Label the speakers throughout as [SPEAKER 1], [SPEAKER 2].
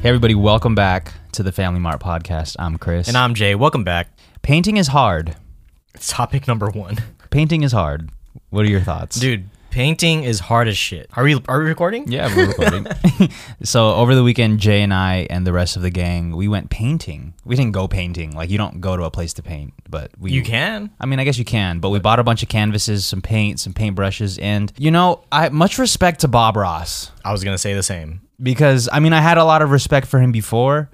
[SPEAKER 1] Hey, everybody, welcome back to the Family Mart podcast. I'm Chris.
[SPEAKER 2] And I'm Jay. Welcome back.
[SPEAKER 1] painting is hard.
[SPEAKER 2] It's topic number one.
[SPEAKER 1] Painting is hard. What are your thoughts?
[SPEAKER 2] Dude, painting is hard as shit. Are we are we recording?
[SPEAKER 1] Yeah, we're recording. so over the weekend, Jay and I and the rest of the gang, we went painting. We didn't go painting. Like you don't go to a place to paint, but we
[SPEAKER 2] You can.
[SPEAKER 1] I mean, I guess you can, but we bought a bunch of canvases, some paint, some paintbrushes, and you know, I much respect to Bob Ross
[SPEAKER 2] I was gonna say the same.
[SPEAKER 1] because I mean, I had a lot of respect for him before,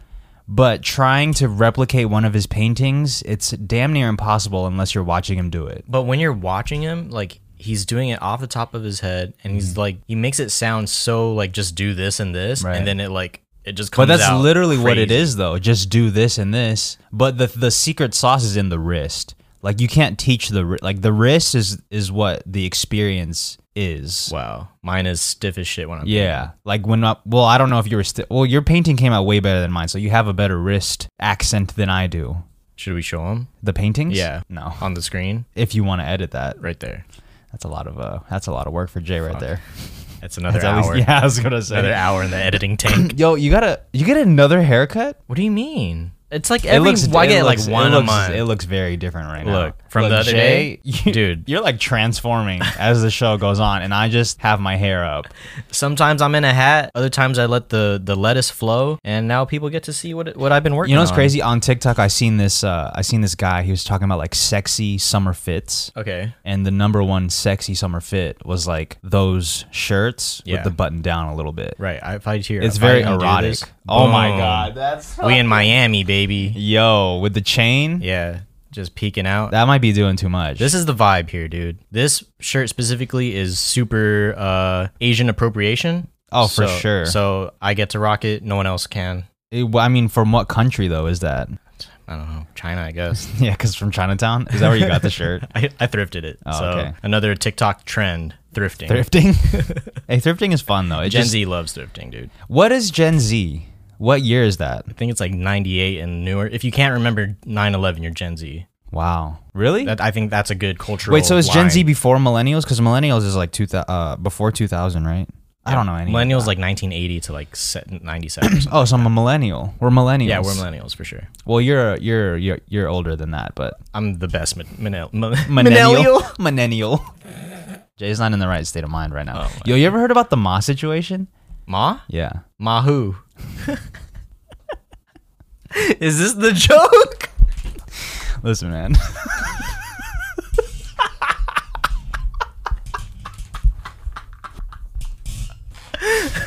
[SPEAKER 1] but trying to replicate one of his paintings, it's damn near impossible unless you're watching him do it.
[SPEAKER 2] But when you're watching him, like he's doing it off the top of his head and he's like he makes it sound so like just do this and this
[SPEAKER 1] Right.
[SPEAKER 2] and then it like it just comes
[SPEAKER 1] But that's
[SPEAKER 2] out
[SPEAKER 1] literally what it
[SPEAKER 2] crazy.
[SPEAKER 1] is, though. Just do this and this. But the the secret sauce is in the wrist. Like you can't teach the wri- like the wrist is is what the experience is.
[SPEAKER 2] Wow. Mine is stiff as shit when I'm
[SPEAKER 1] Yeah, like when I, well, I don't know if you were still well. Your painting came out way better than mine, so you have a better wrist accent than I do.
[SPEAKER 2] Should we show him
[SPEAKER 1] The paintings,
[SPEAKER 2] Yeah.
[SPEAKER 1] no.
[SPEAKER 2] on the screen?
[SPEAKER 1] If you want to edit that,
[SPEAKER 2] Right there.
[SPEAKER 1] that's a lot of uh, that's a lot of work for Jay right there.
[SPEAKER 2] That's another
[SPEAKER 1] That's at least-
[SPEAKER 2] hour.
[SPEAKER 1] yeah, I was gonna say.
[SPEAKER 2] Another hour in the editing tank.
[SPEAKER 1] Yo, you gotta you get another haircut.
[SPEAKER 2] what do you mean? It's like every I get
[SPEAKER 1] looks-
[SPEAKER 2] like
[SPEAKER 1] it
[SPEAKER 2] one a
[SPEAKER 1] looks,
[SPEAKER 2] month.
[SPEAKER 1] It looks very different right now.
[SPEAKER 2] Look, from the other day,
[SPEAKER 1] you-
[SPEAKER 2] dude.
[SPEAKER 1] you're like transforming as the show goes on, and I just have my hair up.
[SPEAKER 2] Sometimes I'm in a hat. Other times I let the the lettuce flow, and now people get to see what what I've been working.
[SPEAKER 1] You know what's
[SPEAKER 2] on.
[SPEAKER 1] crazy? On TikTok, I seen this. Uh, I seen this guy. He was talking about like sexy summer fits.
[SPEAKER 2] Okay.
[SPEAKER 1] And the number one sexy summer fit was like those shirts
[SPEAKER 2] Yeah.
[SPEAKER 1] with the button down a little bit.
[SPEAKER 2] Right. I, if I hear
[SPEAKER 1] It's
[SPEAKER 2] if I
[SPEAKER 1] very
[SPEAKER 2] undo
[SPEAKER 1] erotic.
[SPEAKER 2] this,
[SPEAKER 1] oh my
[SPEAKER 2] boom.
[SPEAKER 1] god, that's
[SPEAKER 2] We in Miami, baby.
[SPEAKER 1] yo with the chain.
[SPEAKER 2] Yeah. Just peeking out.
[SPEAKER 1] That might be doing too much.
[SPEAKER 2] this is the vibe here, dude. This shirt specifically is super uh Asian appropriation.
[SPEAKER 1] Oh, for
[SPEAKER 2] So-
[SPEAKER 1] sure.
[SPEAKER 2] So I get to rock it. No one else can.
[SPEAKER 1] It- well, I mean, from what country though is that?
[SPEAKER 2] I don't know. China, I guess.
[SPEAKER 1] Yeah, because from Chinatown. Is that where you got the shirt?
[SPEAKER 2] I, I thrifted it.
[SPEAKER 1] Oh,
[SPEAKER 2] so
[SPEAKER 1] okay.
[SPEAKER 2] another TikTok trend, thrifting.
[SPEAKER 1] Thrifting. hey, thrifting is fun though. It
[SPEAKER 2] Gen
[SPEAKER 1] just-
[SPEAKER 2] Z loves thrifting, dude.
[SPEAKER 1] What is Gen Z? What year is that?
[SPEAKER 2] I think it's like 98 and newer. If you can't remember 9/11, you're Gen Z.
[SPEAKER 1] Wow. Really?
[SPEAKER 2] That I think that's a good cultural.
[SPEAKER 1] Wait, so is Gen Z
[SPEAKER 2] line.
[SPEAKER 1] before millennials? Because millennials is like two thou- uh, before two thousand, right? I don't know any.
[SPEAKER 2] millennials like 1980 to like se- 97? or something.
[SPEAKER 1] Oh, so I'm a millennial. We're millennials.
[SPEAKER 2] yeah, we're millennials for sure.
[SPEAKER 1] Well, you're you're you're you're older than that, but
[SPEAKER 2] I'm the best min- min- min-
[SPEAKER 1] millennial. Millennial. Jay's not in the right state of mind right now. Yo, you ever heard about the Ma situation?
[SPEAKER 2] ma
[SPEAKER 1] Yeah.
[SPEAKER 2] ma who? is this the joke?
[SPEAKER 1] Listen, man.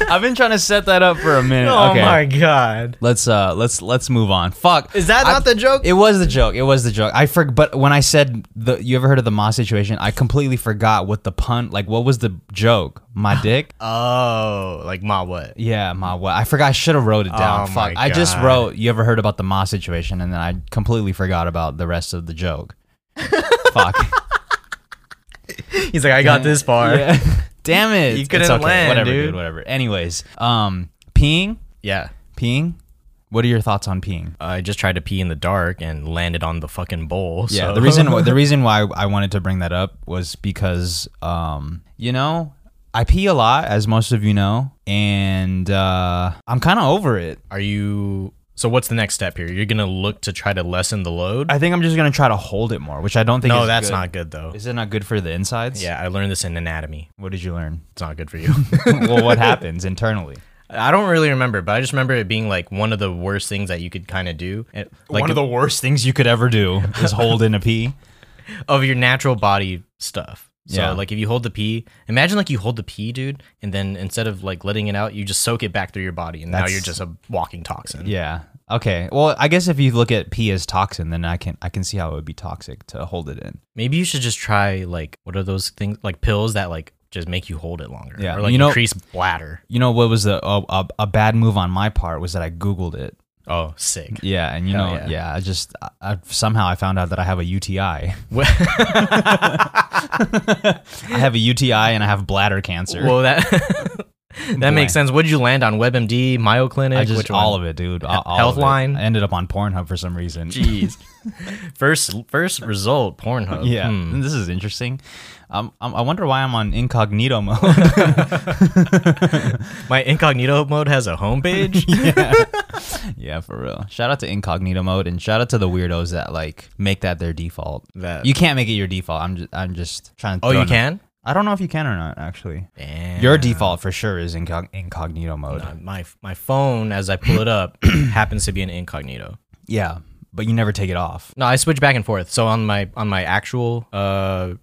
[SPEAKER 1] I've been trying to set that up for a minute.
[SPEAKER 2] Oh
[SPEAKER 1] okay.
[SPEAKER 2] god!
[SPEAKER 1] Let's uh let's let's move on. Fuck.
[SPEAKER 2] Is that
[SPEAKER 1] I-
[SPEAKER 2] not the joke?
[SPEAKER 1] It was the joke. It was the joke. I forgot but when I said the you ever heard of the Ma situation, I completely forgot what the pun like what was the joke? My dick?
[SPEAKER 2] oh, like ma what?
[SPEAKER 1] Yeah, my what? I forgot I should have wrote it down.
[SPEAKER 2] Oh
[SPEAKER 1] Fuck.
[SPEAKER 2] my
[SPEAKER 1] I just
[SPEAKER 2] God.
[SPEAKER 1] wrote you ever heard about the Ma situation and then I completely forgot about the rest of the joke. Fuck.
[SPEAKER 2] He's like, I got this far. Yeah.
[SPEAKER 1] Yeah. Damn it.
[SPEAKER 2] You
[SPEAKER 1] It's
[SPEAKER 2] couldn't
[SPEAKER 1] okay.
[SPEAKER 2] land,
[SPEAKER 1] whatever,
[SPEAKER 2] dude.
[SPEAKER 1] Whatever. Anyways, um, peeing, peeing. What are your thoughts on peeing?
[SPEAKER 2] I just tried to pee in the dark and landed on the fucking bowl.
[SPEAKER 1] Yeah.
[SPEAKER 2] so-
[SPEAKER 1] The reason why the reason why I wanted to bring that up was because, um, you know, I pee a lot, as most of you know, and uh, I'm kind of over it.
[SPEAKER 2] Are you? So what's the next step here? You're gonna look to try to lessen the load.
[SPEAKER 1] I think I'm just gonna try to hold it more, which I don't think.
[SPEAKER 2] no,
[SPEAKER 1] is
[SPEAKER 2] that's
[SPEAKER 1] good.
[SPEAKER 2] not good though.
[SPEAKER 1] Is it not good for the insides?
[SPEAKER 2] Yeah, I learned this in anatomy.
[SPEAKER 1] What did you learn?
[SPEAKER 2] It's not good for you.
[SPEAKER 1] well, what happens internally?
[SPEAKER 2] I don't really remember, but I just remember it being like one of the worst things that you could kind of do. It- like
[SPEAKER 1] One of the worst things you could ever do is hold in a pee.
[SPEAKER 2] of your natural body stuff. So
[SPEAKER 1] Yeah.
[SPEAKER 2] like if you hold the pee, imagine like you hold the pee, dude, and then instead of like letting it out, you just soak it back through your body, and now
[SPEAKER 1] That's-
[SPEAKER 2] you're just a walking toxin.
[SPEAKER 1] Yeah. Okay. Well, I guess if you look at pee as toxin, then I can I can see how it would be toxic to hold it in.
[SPEAKER 2] Maybe you should just try like what are those things like pills that like just make you hold it longer,
[SPEAKER 1] Yeah.
[SPEAKER 2] or like
[SPEAKER 1] You know-
[SPEAKER 2] increase bladder.
[SPEAKER 1] You know what was the a, a, a bad move on my part was that I googled it.
[SPEAKER 2] Oh, sick.
[SPEAKER 1] Yeah, and you
[SPEAKER 2] Hell
[SPEAKER 1] know, yeah.
[SPEAKER 2] yeah.
[SPEAKER 1] I just I, I, somehow I found out that I have a UTI. I have a UTI and I have bladder cancer.
[SPEAKER 2] Well, that that makes sense. What did you land on? WebMD, Mayo Clinic,
[SPEAKER 1] I just
[SPEAKER 2] which
[SPEAKER 1] all
[SPEAKER 2] one?
[SPEAKER 1] of it, dude.
[SPEAKER 2] He-
[SPEAKER 1] All, all
[SPEAKER 2] Health
[SPEAKER 1] of it.
[SPEAKER 2] line?
[SPEAKER 1] I ended up on Pornhub for some reason.
[SPEAKER 2] Jeez. first first result, Pornhub.
[SPEAKER 1] Yeah,
[SPEAKER 2] Hmm.
[SPEAKER 1] this is interesting. Um, um, I wonder why I'm on incognito mode.
[SPEAKER 2] My incognito mode has a homepage.
[SPEAKER 1] Yeah, for real. Shout out to incognito mode and shout out to the weirdos that like make that their default.
[SPEAKER 2] That-
[SPEAKER 1] you can't make it your default. I'm just I'm just trying to.
[SPEAKER 2] oh,
[SPEAKER 1] throw
[SPEAKER 2] you
[SPEAKER 1] in-
[SPEAKER 2] can.
[SPEAKER 1] I don't know if you can or not. Actually,
[SPEAKER 2] Damn.
[SPEAKER 1] your default for sure is incog- incognito mode.
[SPEAKER 2] Uh, my my phone as I pull it up happens to be an incognito.
[SPEAKER 1] Yeah, but you never take it off.
[SPEAKER 2] No, I switch back and forth. So on my on my actual uh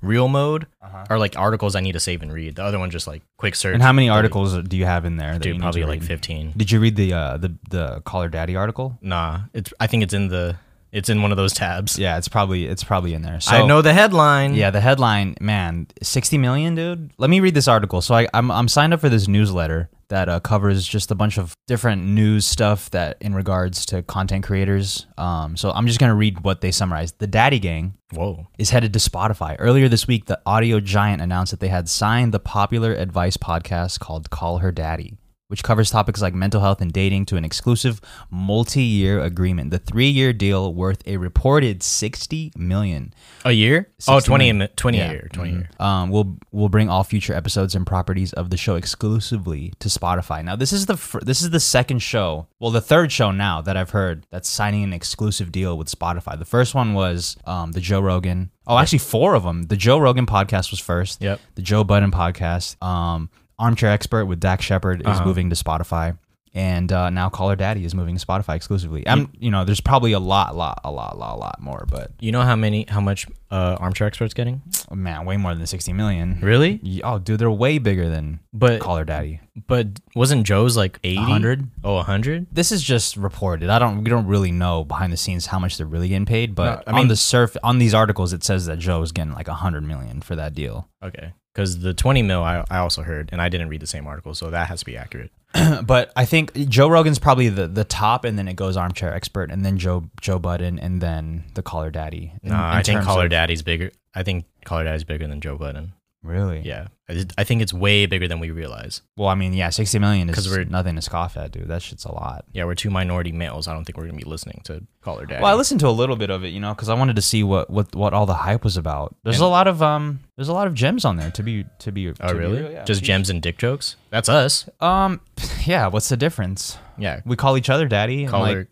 [SPEAKER 2] real mode are like articles I need to save and read. The other one just like quick search.
[SPEAKER 1] Uh-huh. And how many articles do you have in there? That you need
[SPEAKER 2] Dude, probably
[SPEAKER 1] to
[SPEAKER 2] like
[SPEAKER 1] read?
[SPEAKER 2] fifteen.
[SPEAKER 1] Did you read the uh, the the caller daddy article?
[SPEAKER 2] Nah, it's I think it's in the it's in one of those tabs.
[SPEAKER 1] Yeah, it's probably it's probably in there. So
[SPEAKER 2] I know the headline.
[SPEAKER 1] Yeah, the headline, man, sixty million, dude. Let me read this article. So I, I'm I'm signed up for this newsletter that uh, covers just a bunch of different news stuff that in regards to content creators. Um, so I'm just gonna read what they summarized. The Daddy Gang
[SPEAKER 2] Whoa.
[SPEAKER 1] is headed to Spotify. Earlier this week, the audio giant announced that they had signed the popular advice podcast called Call Her Daddy, which covers topics like mental health and dating to an exclusive multi-year agreement. The three-year deal worth a reported 60 million.
[SPEAKER 2] A year? Oh, 20,
[SPEAKER 1] 69.
[SPEAKER 2] a mi- 20
[SPEAKER 1] Yeah.
[SPEAKER 2] a year. 20 a year.
[SPEAKER 1] Um, we'll we'll bring all future episodes and properties of the show exclusively to Spotify. Now, this is the fir- this is the second show, well, the third show now that I've heard that's signing an exclusive deal with Spotify. The first one was um, the Joe Rogan. Oh, actually, four of them. The Joe Rogan podcast was first.
[SPEAKER 2] Yep.
[SPEAKER 1] The Joe Budden podcast. Um, Armchair Expert with Dak Shepard is moving to Spotify. And uh, now Caller Daddy is moving to Spotify exclusively. I'm, you know, there's probably a lot, lot, a lot, lot, lot more, but
[SPEAKER 2] You know how many how much uh armchair experts getting?
[SPEAKER 1] man, way more than 60 million.
[SPEAKER 2] Really?
[SPEAKER 1] Ye- Oh, dude, they're way bigger than
[SPEAKER 2] But
[SPEAKER 1] Call Her Daddy.
[SPEAKER 2] but wasn't Joe's like 80?
[SPEAKER 1] 100?
[SPEAKER 2] Oh, 100?
[SPEAKER 1] This is just reported. I don't. We don't really know behind the scenes how much they're really getting paid. But
[SPEAKER 2] No, I mean-
[SPEAKER 1] on the surf, on these articles, it says that Joe is getting like a hundred million for that deal.
[SPEAKER 2] Okay. Because the 20 mil I, I also heard, and I didn't read the same article, so that has to be accurate.
[SPEAKER 1] But I think Joe Rogan's probably the, the top, and then it goes Armchair Expert, and then Joe Joe Budden, and then the Caller Daddy. In-
[SPEAKER 2] Nah,
[SPEAKER 1] in
[SPEAKER 2] Uh, I think
[SPEAKER 1] terms
[SPEAKER 2] Caller
[SPEAKER 1] of-
[SPEAKER 2] Daddy's bigger. I think Caller Daddy's bigger than Joe Budden.
[SPEAKER 1] Really?
[SPEAKER 2] Yeah. I, did- I think it's way bigger than we realize.
[SPEAKER 1] Well, I mean, yeah, sixty million is
[SPEAKER 2] 'Cause we're-
[SPEAKER 1] nothing to scoff at, dude. That shit's a lot.
[SPEAKER 2] Yeah, we're two minority males. I don't think we're going to be listening to Caller Daddy.
[SPEAKER 1] Well, I listened to a little bit of it, you know, because I wanted to see what, what what all the hype was about. There's a lot of um, there's a lot of gems on there to be to be.
[SPEAKER 2] oh,
[SPEAKER 1] to be
[SPEAKER 2] really?
[SPEAKER 1] real, yeah.
[SPEAKER 2] Just gems and dick jokes? That's us.
[SPEAKER 1] Um, yeah. What's the difference?
[SPEAKER 2] Yeah.
[SPEAKER 1] We call each other daddy. and,
[SPEAKER 2] Call
[SPEAKER 1] like,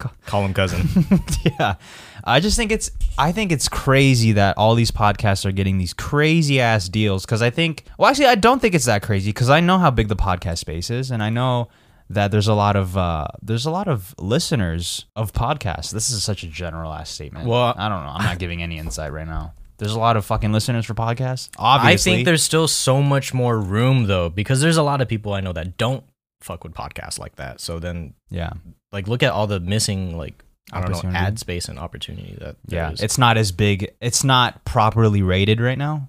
[SPEAKER 2] her. Call him cousin.
[SPEAKER 1] yeah. I just think it's I think it's crazy that all these podcasts are getting these crazy ass deals because I think well actually I don't think it's that crazy because I know how big the podcast space is and I know that there's a lot of uh, there's a lot of listeners of podcasts. This is such a general ass statement.
[SPEAKER 2] Well,
[SPEAKER 1] I don't know. I'm not giving any insight right now. There's a lot of fucking listeners for podcasts.
[SPEAKER 2] I
[SPEAKER 1] Obviously,
[SPEAKER 2] think there's still so much more room, though, because there's a lot of people I know that don't fuck with podcasts like that. So then
[SPEAKER 1] yeah,
[SPEAKER 2] like look at all the missing like I don't know
[SPEAKER 1] Opportunity.
[SPEAKER 2] ad space and opportunity that there
[SPEAKER 1] yeah.
[SPEAKER 2] is.
[SPEAKER 1] It's not as big. It's not properly rated right now.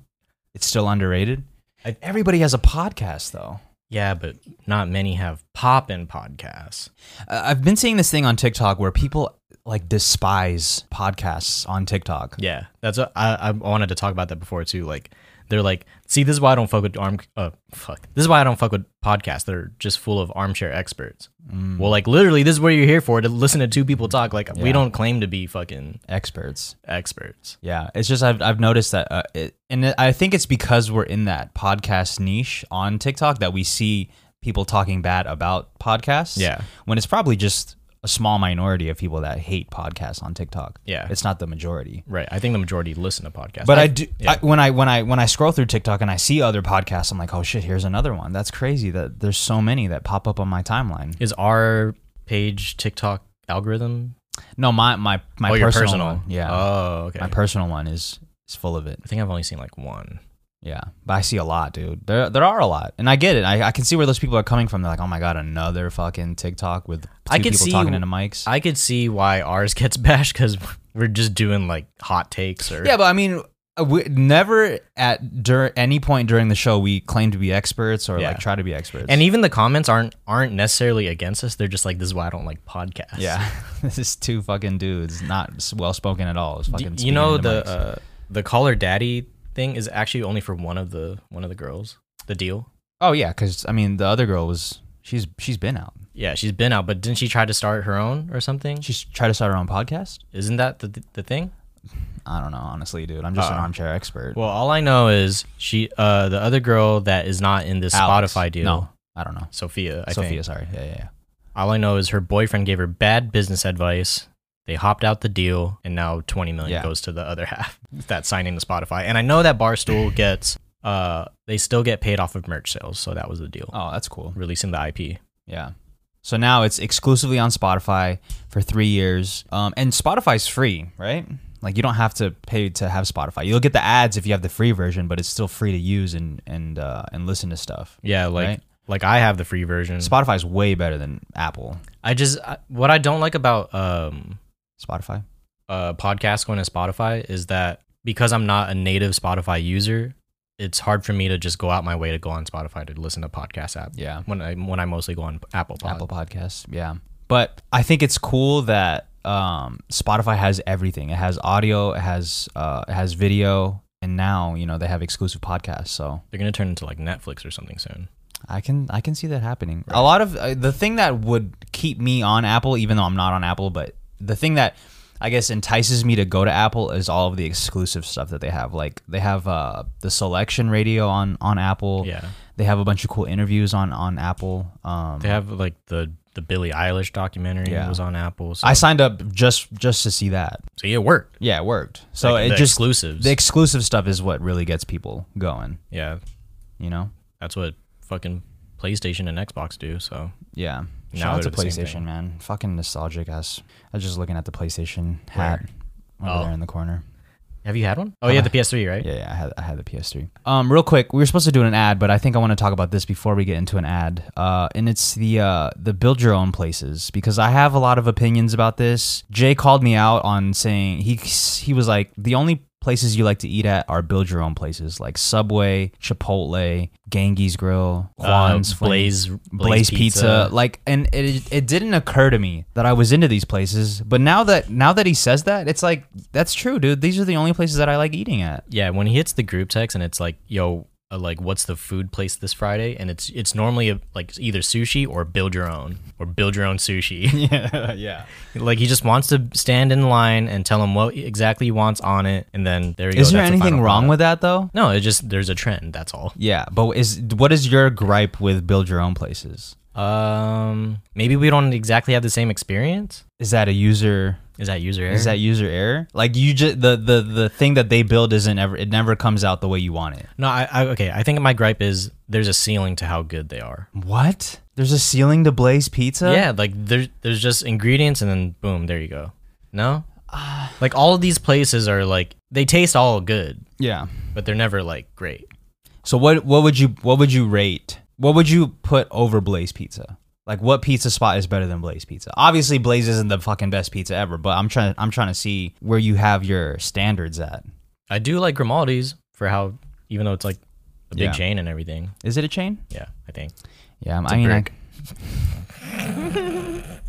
[SPEAKER 1] It's still underrated.
[SPEAKER 2] I-
[SPEAKER 1] Everybody has a podcast though.
[SPEAKER 2] yeah, but not many have pop in podcasts.
[SPEAKER 1] Uh, I've been seeing this thing on TikTok where people like despise podcasts on TikTok.
[SPEAKER 2] Yeah, that's what I, I wanted to talk about that before too. Like they're like, see, this is why I don't fuck with arm. Uh, fuck, this is why I don't fuck with podcasts. They're just full of armchair experts. Well, like literally, this is what you're here for to listen to two people talk. Like we
[SPEAKER 1] Mm. Yeah.
[SPEAKER 2] don't claim to be fucking
[SPEAKER 1] Experts.
[SPEAKER 2] experts.
[SPEAKER 1] Yeah, it's just I've I've noticed that, uh, it, and it, I think it's because we're in that podcast niche on TikTok that we see people talking bad about podcasts.
[SPEAKER 2] Yeah.
[SPEAKER 1] when it's probably just a small minority of people that hate podcasts on TikTok.
[SPEAKER 2] Yeah.
[SPEAKER 1] it's not the majority.
[SPEAKER 2] Right. I think the majority listen to podcasts.
[SPEAKER 1] But I, do
[SPEAKER 2] yeah.
[SPEAKER 1] I, when I when I when I scroll through TikTok and I see other podcasts, I'm like, oh shit, here's another one. That's crazy that there's so many that pop up on my timeline.
[SPEAKER 2] is our page TikTok algorithm
[SPEAKER 1] No, my my my
[SPEAKER 2] Oh,
[SPEAKER 1] personal,
[SPEAKER 2] your
[SPEAKER 1] one, yeah,
[SPEAKER 2] Oh, okay.
[SPEAKER 1] my personal one is is full of it.
[SPEAKER 2] I think I've only seen like one.
[SPEAKER 1] Yeah, but I see a lot, dude. There there are a lot, and I get it. I, I can see where those people are coming from. They're like, oh my god, another fucking TikTok with two
[SPEAKER 2] I could
[SPEAKER 1] people
[SPEAKER 2] see-
[SPEAKER 1] talking into mics.
[SPEAKER 2] I could see why ours gets bashed because we're just doing like hot takes or
[SPEAKER 1] yeah, but I mean. uh, We, never at dur- any point during the show we claim to be experts or
[SPEAKER 2] Yeah.
[SPEAKER 1] like try to be experts.
[SPEAKER 2] And even the comments aren't aren't necessarily against us. They're just like, "This is why I don't like podcasts."
[SPEAKER 1] yeah, this is two fucking dudes, not well spoken at all. It's
[SPEAKER 2] D-
[SPEAKER 1] fucking
[SPEAKER 2] you
[SPEAKER 1] speaking
[SPEAKER 2] know
[SPEAKER 1] into
[SPEAKER 2] the
[SPEAKER 1] mics.
[SPEAKER 2] uh, the caller daddy thing is actually only for one of the one of the girls. The deal.
[SPEAKER 1] Oh yeah, because I mean, the other girl was she's she's been out.
[SPEAKER 2] Yeah, she's been out, but didn't she try to start her own or something?
[SPEAKER 1] She's tried to start her own podcast.
[SPEAKER 2] Isn't that the the thing?
[SPEAKER 1] I don't know, honestly, dude. I'm just an
[SPEAKER 2] Uh-uh.
[SPEAKER 1] armchair expert.
[SPEAKER 2] Well, all I know is she, uh, the other girl that is not in this
[SPEAKER 1] Alex.
[SPEAKER 2] Spotify deal,
[SPEAKER 1] No, I don't know.
[SPEAKER 2] Sophia. I
[SPEAKER 1] Sophia,
[SPEAKER 2] think.
[SPEAKER 1] sorry. Yeah, yeah, yeah.
[SPEAKER 2] All I know is her boyfriend gave her bad business advice. They hopped out the deal, and now twenty million
[SPEAKER 1] Yeah.
[SPEAKER 2] goes to the other half that's signing to Spotify. And I know that Barstool gets, uh, they still get paid off of merch sales, so that was the deal.
[SPEAKER 1] Oh, that's cool.
[SPEAKER 2] Releasing the IP.
[SPEAKER 1] Yeah. So now it's exclusively on Spotify for three years. Um, and Spotify's free, right? Like you don't have to pay to have Spotify. You'll get the ads if you have the free version, but it's still free to use and and uh, and listen to stuff.
[SPEAKER 2] Yeah, like
[SPEAKER 1] Right.
[SPEAKER 2] like I have the free version.
[SPEAKER 1] Spotify's way better than Apple.
[SPEAKER 2] I just I, what I don't like about um
[SPEAKER 1] Spotify.
[SPEAKER 2] uh podcasts going to Spotify is that because I'm not a native Spotify user, it's hard for me to just go out my way to go on Spotify to listen to podcast app.
[SPEAKER 1] Yeah.
[SPEAKER 2] When I when I mostly go on Apple Pod.
[SPEAKER 1] Apple Podcasts. Yeah. But I think it's cool that um, Spotify has everything. It has audio, it has uh, it has video, and now, you know, they have exclusive podcasts. So
[SPEAKER 2] They're gonna turn into like Netflix or something soon.
[SPEAKER 1] I can I can see that happening. A lot of uh, the thing that would keep me on Apple even though I'm not on Apple, but the thing that I guess entices me to go to Apple is all of the exclusive stuff that they have. Like they have uh, the selection radio on on Apple.
[SPEAKER 2] Yeah.
[SPEAKER 1] They have a bunch of cool interviews on on Apple. Um
[SPEAKER 2] They have like the the Billie Eilish documentary
[SPEAKER 1] Yeah.
[SPEAKER 2] was on Apple. So,
[SPEAKER 1] I signed up just just to see that.
[SPEAKER 2] so yeah, it worked.
[SPEAKER 1] Yeah, it worked. So
[SPEAKER 2] Like,
[SPEAKER 1] it
[SPEAKER 2] the
[SPEAKER 1] just
[SPEAKER 2] exclusives.
[SPEAKER 1] the exclusive stuff is what really gets people going.
[SPEAKER 2] yeah.
[SPEAKER 1] You know?
[SPEAKER 2] That's what fucking PlayStation and Xbox do, so
[SPEAKER 1] Yeah.
[SPEAKER 2] Now
[SPEAKER 1] Shout out to
[SPEAKER 2] they're the same
[SPEAKER 1] PlayStation,
[SPEAKER 2] thing.
[SPEAKER 1] man. Fucking nostalgic ass. I was just looking at the PlayStation hat over
[SPEAKER 2] Oh.
[SPEAKER 1] there in the corner.
[SPEAKER 2] have you had one? Oh yeah, the PS3, right?
[SPEAKER 1] Yeah, yeah, I had I had the PS3. Um, real quick, we were supposed to do an ad, but I think I want to talk about this before we get into an ad. Uh, and it's the uh, the build your own places because I have a lot of opinions about this. Jay called me out on saying he he was like the only places you like to eat at are build your own places like Subway, Chipotle, Gangi's Grill,
[SPEAKER 2] Uh,
[SPEAKER 1] Juan's, Flames.
[SPEAKER 2] Blaze,
[SPEAKER 1] Blaze
[SPEAKER 2] Blaze
[SPEAKER 1] pizza. like, and it it didn't occur to me that I was into these places, but now that now that he says that, it's like that's true, dude. These are the only places that I like eating at.
[SPEAKER 2] Yeah, when he hits the group text and it's like, yo, uh, like what's the food place this Friday? And it's it's normally a, like either sushi or build your own or build your own sushi.
[SPEAKER 1] Yeah, yeah.
[SPEAKER 2] like he just wants to stand in line and tell him what exactly he wants on it, and then there you go.
[SPEAKER 1] Is there
[SPEAKER 2] that's the
[SPEAKER 1] anything
[SPEAKER 2] final
[SPEAKER 1] wrong
[SPEAKER 2] product.
[SPEAKER 1] with that though?
[SPEAKER 2] No, it just there's a trend. That's all.
[SPEAKER 1] Yeah, but is what is your gripe with build your own places?
[SPEAKER 2] Um, maybe we don't exactly have the same experience.
[SPEAKER 1] Is that a user?
[SPEAKER 2] Is that user error?
[SPEAKER 1] Is that user error? Like you just the the the thing that they build isn't ever it never comes out the way you want it.
[SPEAKER 2] no? I, I okay. I think my gripe is there's a ceiling to how good they are.
[SPEAKER 1] What? There's a ceiling to Blaze Pizza.
[SPEAKER 2] Yeah, like there's there's just ingredients and then boom, there you go. No?
[SPEAKER 1] Ah.
[SPEAKER 2] like all of these places are like they taste all good,
[SPEAKER 1] yeah.
[SPEAKER 2] but they're never like great.
[SPEAKER 1] So what what would you what would you rate? What would you put over Blaze Pizza? Like what pizza spot is better than Blaze Pizza? Obviously Blaze isn't the fucking best pizza ever, but I'm trying I'm trying to see where you have your standards at.
[SPEAKER 2] I do like Grimaldi's for how even though it's like a big
[SPEAKER 1] Yeah.
[SPEAKER 2] chain and everything.
[SPEAKER 1] Is it a chain?
[SPEAKER 2] Yeah, I think.
[SPEAKER 1] Yeah, I mean I-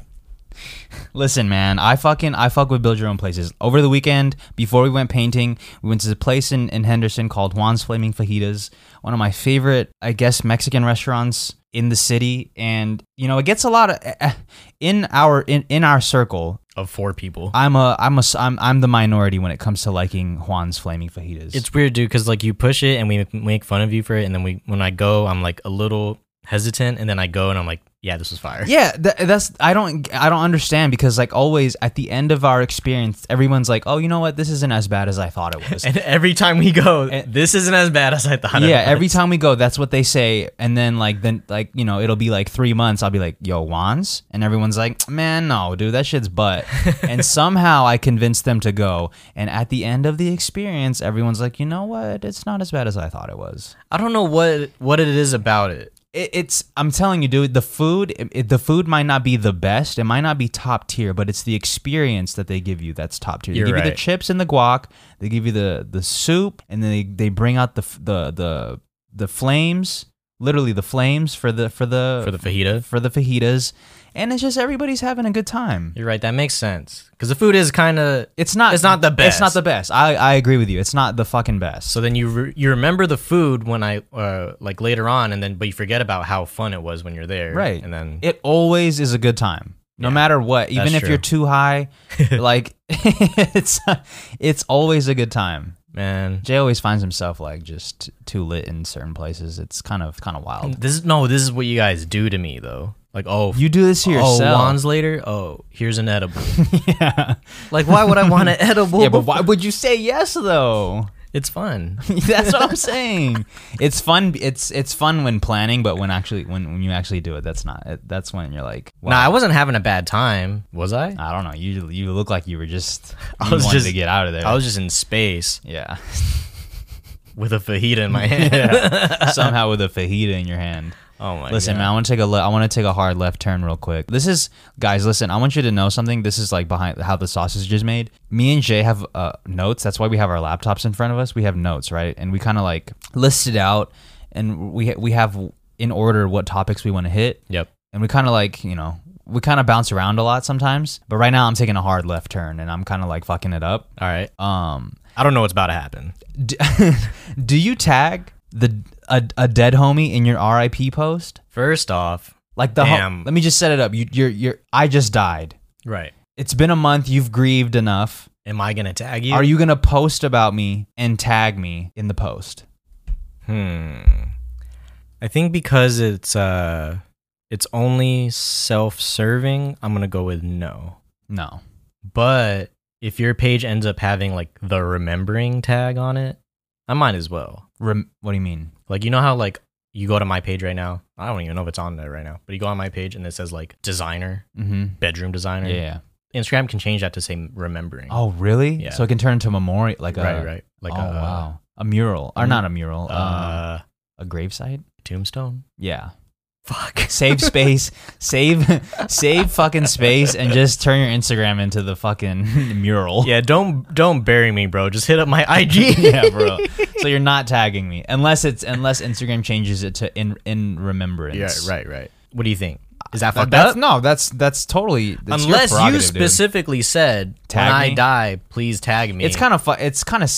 [SPEAKER 1] Listen, man, I fucking I fuck with build your own places. Over the weekend, before we went painting, we went to a place in, in Henderson called Juan's Flaming Fajitas, one of my favorite, I guess, Mexican restaurants in the city. And you know, it gets a lot of eh, eh, in our in, in our circle.
[SPEAKER 2] Of four people.
[SPEAKER 1] I'm a I'm a s- I'm I'm the minority when it comes to liking Juan's Flaming Fajitas.
[SPEAKER 2] it's weird, dude, because like you push it and we make fun of you for it, and then we when I go, I'm like a little hesitant, and then I go and I'm like, yeah, this was fire.
[SPEAKER 1] yeah, tha- that's I don't I don't understand because like always at the end of our experience, everyone's like, oh, you know what, this isn't as bad as I thought it was.
[SPEAKER 2] And every time we go, this isn't as bad as I thought. it
[SPEAKER 1] yeah,
[SPEAKER 2] was.
[SPEAKER 1] every time we go, that's what they say. And then like then like you know, it'll be like three months. I'll be like, "Yo, Wands," and everyone's like, "Man, no, dude, that shit's butt." and somehow I convinced them to go. And at the end of the experience, everyone's like, "You know what? It's not as bad as I thought it was."
[SPEAKER 2] I don't know what what it is about it.
[SPEAKER 1] It, it's I'm telling you, dude, the food it, the food might not be the best. It might not be top tier, but it's the experience that they give you that's top tier. They
[SPEAKER 2] You're
[SPEAKER 1] give you the
[SPEAKER 2] right.
[SPEAKER 1] chips and the guac. They give you the the soup, and then they, they bring out the f- the the the flames. literally the flames for the for the
[SPEAKER 2] for the fajita.
[SPEAKER 1] for the fajitas, and it's just everybody's having a good time.
[SPEAKER 2] You're right. That makes sense because the food is kind of.
[SPEAKER 1] It's not.
[SPEAKER 2] It's not the
[SPEAKER 1] It's not
[SPEAKER 2] best.
[SPEAKER 1] the best. I, I agree with you. It's not the fucking best.
[SPEAKER 2] So then you re- you remember the food when I uh, like later on, and then but you forget about how fun it was when you're there.
[SPEAKER 1] Right.
[SPEAKER 2] And then
[SPEAKER 1] it always is a good time, no matter what. Even
[SPEAKER 2] that's
[SPEAKER 1] if you're
[SPEAKER 2] true.
[SPEAKER 1] too high, like it's it's always a good time.
[SPEAKER 2] man,
[SPEAKER 1] Jay always finds himself like just too lit in certain places. It's kind of kind of wild.
[SPEAKER 2] this is no. This is what you guys do to me though. Like oh.
[SPEAKER 1] You do this to yourself.
[SPEAKER 2] Oh, Juan's later. Oh, here's an edible.
[SPEAKER 1] yeah.
[SPEAKER 2] like, why would I want an edible?
[SPEAKER 1] yeah, but
[SPEAKER 2] before-
[SPEAKER 1] why would you say yes though?
[SPEAKER 2] It's fun.
[SPEAKER 1] That's what I'm saying. It's fun. It's it's fun when planning, but when actually when, when you actually do it, that's not. It, that's when you're like, wow.
[SPEAKER 2] Nah, I wasn't having a bad time, was I?
[SPEAKER 1] I don't know. You you look like you were just.
[SPEAKER 2] I
[SPEAKER 1] you
[SPEAKER 2] was
[SPEAKER 1] wanted to
[SPEAKER 2] just-
[SPEAKER 1] get out of there.
[SPEAKER 2] I was just in space
[SPEAKER 1] yeah.
[SPEAKER 2] with a fajita in my hand.
[SPEAKER 1] Somehow with a fajita in your hand.
[SPEAKER 2] Oh my
[SPEAKER 1] Listen,
[SPEAKER 2] god.
[SPEAKER 1] man, I want to take a le- I want to take a hard left turn real quick. This is guys, listen, I want you to know something. This is like behind how the sausage is made. Me and Jay have uh, notes. That's why we have our laptops in front of us. We have notes, right? And we kind of like list it out and we we have in order what topics we want to hit.
[SPEAKER 2] Yep.
[SPEAKER 1] And we kind of like, you know, we kind of bounce around a lot sometimes. But right now I'm taking a hard left turn and I'm kind of like fucking it up.
[SPEAKER 2] All right.
[SPEAKER 1] Um
[SPEAKER 2] I don't know what's about to happen.
[SPEAKER 1] do, do you tag the a, a dead homie in your RIP post?
[SPEAKER 2] First off,
[SPEAKER 1] Like the ho-
[SPEAKER 2] Damn.
[SPEAKER 1] let me just set it up. You, you're you're I just died.
[SPEAKER 2] right.
[SPEAKER 1] It's been a month. You've grieved enough.
[SPEAKER 2] Am I gonna tag you?
[SPEAKER 1] Are you gonna post about me and tag me in the post?
[SPEAKER 2] Hmm. I think because it's uh, it's only self-serving. I'm gonna go with no.
[SPEAKER 1] No.
[SPEAKER 2] But if your page ends up having like the remembering tag on it, I might as well.
[SPEAKER 1] Rem- what do you mean?
[SPEAKER 2] Like you know how like you go to my page right now. I don't even know if it's on there right now, but you go on my page and it says like designer,
[SPEAKER 1] Mm-hmm.
[SPEAKER 2] bedroom designer.
[SPEAKER 1] Yeah, yeah.
[SPEAKER 2] Instagram can change that to say remembering.
[SPEAKER 1] Oh, really?
[SPEAKER 2] Yeah.
[SPEAKER 1] So it can turn into a memorial, like a
[SPEAKER 2] right, right. Like
[SPEAKER 1] oh
[SPEAKER 2] a
[SPEAKER 1] wow, a mural or
[SPEAKER 2] mm,
[SPEAKER 1] not a mural,
[SPEAKER 2] uh,
[SPEAKER 1] uh, a gravesite.
[SPEAKER 2] tombstone.
[SPEAKER 1] Yeah.
[SPEAKER 2] Fuck.
[SPEAKER 1] Save space, save, save fucking space, and just turn your Instagram into the fucking mural.
[SPEAKER 2] Yeah, don't don't bury me, bro. Just hit up my IG.
[SPEAKER 1] yeah, bro. So you're not tagging me unless it's unless Instagram changes it to in in remembrance.
[SPEAKER 2] Yeah, right, right. What do you think? Is that
[SPEAKER 1] That-
[SPEAKER 2] fucked
[SPEAKER 1] that's
[SPEAKER 2] up?
[SPEAKER 1] no, that's that's totally that's your
[SPEAKER 2] Unless you
[SPEAKER 1] prerogative, dude.
[SPEAKER 2] specifically said
[SPEAKER 1] Tag
[SPEAKER 2] when I
[SPEAKER 1] me?
[SPEAKER 2] die, please tag me.
[SPEAKER 1] It's kind of fu- it's kind of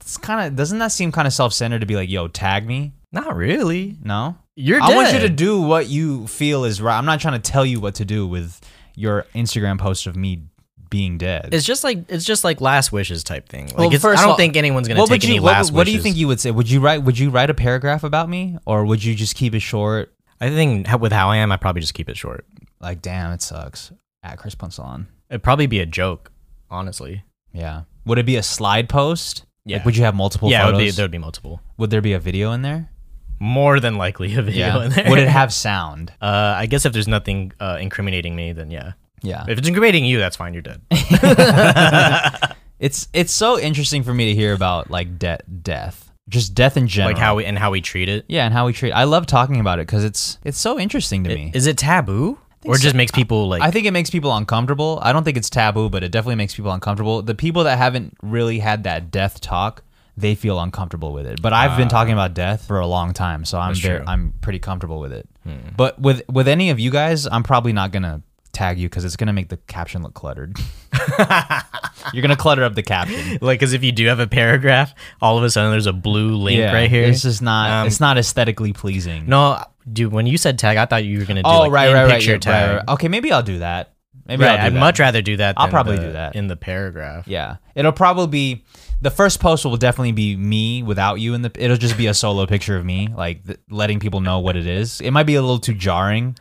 [SPEAKER 1] it's kind of doesn't that seem kind of self centered to be like, yo, tag me?
[SPEAKER 2] not really.
[SPEAKER 1] No,
[SPEAKER 2] You're
[SPEAKER 1] I want you to
[SPEAKER 2] dead.
[SPEAKER 1] do what you feel is right. I'm not trying to tell you what to do with your Instagram post of me being dead.
[SPEAKER 2] It's just like it's just like last wishes type thing. Like
[SPEAKER 1] Well,
[SPEAKER 2] it's, I
[SPEAKER 1] first
[SPEAKER 2] don't
[SPEAKER 1] of all,
[SPEAKER 2] think anyone's gonna
[SPEAKER 1] what
[SPEAKER 2] take
[SPEAKER 1] would
[SPEAKER 2] any
[SPEAKER 1] you
[SPEAKER 2] last
[SPEAKER 1] what,
[SPEAKER 2] wishes.
[SPEAKER 1] what do you think you would say? Would you write would you write a paragraph about me or would you just keep it short?
[SPEAKER 2] I think how- with how I am, I probably just keep it short.
[SPEAKER 1] Like, damn, it sucks. At Chris Ponsalon.
[SPEAKER 2] It'd probably be a joke, honestly.
[SPEAKER 1] Yeah. Would it be a slide post?
[SPEAKER 2] Yeah.
[SPEAKER 1] Like, would you have multiple
[SPEAKER 2] yeah, it would
[SPEAKER 1] photos?
[SPEAKER 2] be, there would be multiple.
[SPEAKER 1] Would there be a video in there?
[SPEAKER 2] More than likely a video in there.
[SPEAKER 1] would it have sound?
[SPEAKER 2] Uh, I guess if there's nothing uh, incriminating me, then yeah.
[SPEAKER 1] Yeah.
[SPEAKER 2] If it's incriminating you, that's fine. You're dead.
[SPEAKER 1] It's it's so interesting for me to hear about like de- death, just death in general.
[SPEAKER 2] like how we, and how we treat it.
[SPEAKER 1] yeah, and how we treat. I love talking about it because it's it's so interesting to me.
[SPEAKER 2] Is it taboo, or it
[SPEAKER 1] so.
[SPEAKER 2] just makes people like?
[SPEAKER 1] I think it makes people uncomfortable. I don't think it's taboo, but it definitely makes people uncomfortable. The people that haven't really had that death talk, they feel uncomfortable with it. But I've been talking about death for a long time, so I'm very,
[SPEAKER 2] Ah. true. Hmm.
[SPEAKER 1] I'm pretty comfortable with it. But with with any of you guys, I'm probably not gonna tag you because it's gonna make the caption look cluttered. You're gonna clutter up the caption.
[SPEAKER 2] like, because if you do have a paragraph, all of a sudden there's a blue link right here.
[SPEAKER 1] It's just not.
[SPEAKER 2] Um,
[SPEAKER 1] it's not aesthetically pleasing.
[SPEAKER 2] no, dude. When you said tag, I thought you were gonna do
[SPEAKER 1] Oh
[SPEAKER 2] like,
[SPEAKER 1] right,
[SPEAKER 2] in
[SPEAKER 1] right, right,
[SPEAKER 2] picture
[SPEAKER 1] yeah, right,
[SPEAKER 2] tag.
[SPEAKER 1] right, right. Okay, maybe I'll do that. Maybe
[SPEAKER 2] Right,
[SPEAKER 1] I'll do
[SPEAKER 2] I'd
[SPEAKER 1] that.
[SPEAKER 2] much rather do that.
[SPEAKER 1] I'll
[SPEAKER 2] than
[SPEAKER 1] probably
[SPEAKER 2] the-
[SPEAKER 1] do that.
[SPEAKER 2] in the paragraph.
[SPEAKER 1] Yeah, it'll probably be the first post will definitely be me without you in the. It'll just be a solo picture of me, like th- letting people know what it is. It might be a little too jarring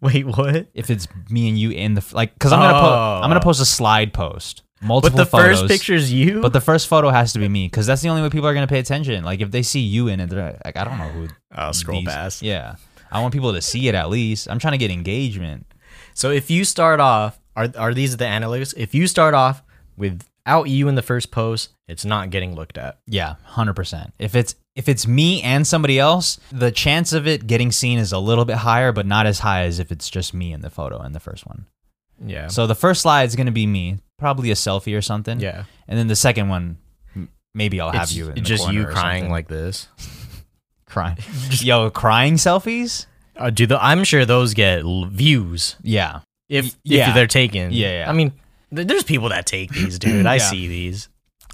[SPEAKER 2] Wait, what?
[SPEAKER 1] if it's me and you in the f- like because I'm gonna po-
[SPEAKER 2] Oh.
[SPEAKER 1] I'm gonna post a slide post, multiple
[SPEAKER 2] But the
[SPEAKER 1] photos.
[SPEAKER 2] first picture's you.
[SPEAKER 1] But the first photo has to be me because that's the only way people are gonna pay attention. Like if they see you in it, they're like, I don't know who.
[SPEAKER 2] I'll scroll
[SPEAKER 1] these-
[SPEAKER 2] past.
[SPEAKER 1] Yeah, I want people to see it at least. I'm trying to get engagement.
[SPEAKER 2] So if you start off, are are these the analytics? If you start off without you in the first post, it's not getting looked at.
[SPEAKER 1] Yeah, hundred percent. If it's if it's me and somebody else, the chance of it getting seen is a little bit higher, but not as high as if it's just me in the photo in the first one.
[SPEAKER 2] Yeah.
[SPEAKER 1] So the first slide is gonna be me, probably a selfie or something.
[SPEAKER 2] yeah.
[SPEAKER 1] and then the second one, m- maybe I'll have
[SPEAKER 2] It's
[SPEAKER 1] you. In the
[SPEAKER 2] just
[SPEAKER 1] corner
[SPEAKER 2] you
[SPEAKER 1] or
[SPEAKER 2] crying
[SPEAKER 1] something.
[SPEAKER 2] like this.
[SPEAKER 1] crying. Yo, crying selfies?
[SPEAKER 2] Uh, do the I'm sure those get l- views
[SPEAKER 1] Yeah.
[SPEAKER 2] if if
[SPEAKER 1] yeah.
[SPEAKER 2] they're taken.
[SPEAKER 1] Yeah, yeah.
[SPEAKER 2] I mean, th- there's people that take these, dude. I
[SPEAKER 1] Yeah.
[SPEAKER 2] see these.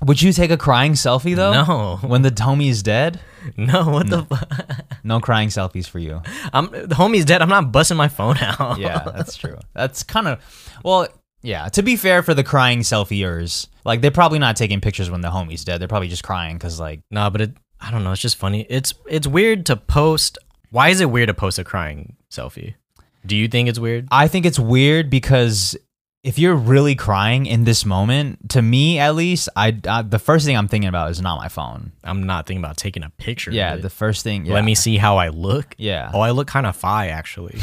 [SPEAKER 1] Would you take a crying selfie though?
[SPEAKER 2] No,
[SPEAKER 1] When the homie is dead,
[SPEAKER 2] no. What the? Fu-
[SPEAKER 1] no crying selfies for you.
[SPEAKER 2] I'm the homie's dead. I'm not busting my phone out.
[SPEAKER 1] Yeah, that's true. That's kind of well. Yeah, to be fair for the crying selfiers, like they're probably not taking pictures when the homie's dead. They're probably just crying because like
[SPEAKER 2] Nah, but it, I don't know. It's just funny. It's it's weird to post. Why is it weird to post a crying selfie? Do you think it's weird?
[SPEAKER 1] I think it's weird because if you're really crying in this moment, to me at least, I, I the first thing I'm thinking about is not my phone.
[SPEAKER 2] I'm not thinking about taking a picture. of
[SPEAKER 1] Yeah,
[SPEAKER 2] it.
[SPEAKER 1] the first thing. yeah.
[SPEAKER 2] let me see how I look.
[SPEAKER 1] Yeah,
[SPEAKER 2] Oh, I look kind of fi actually.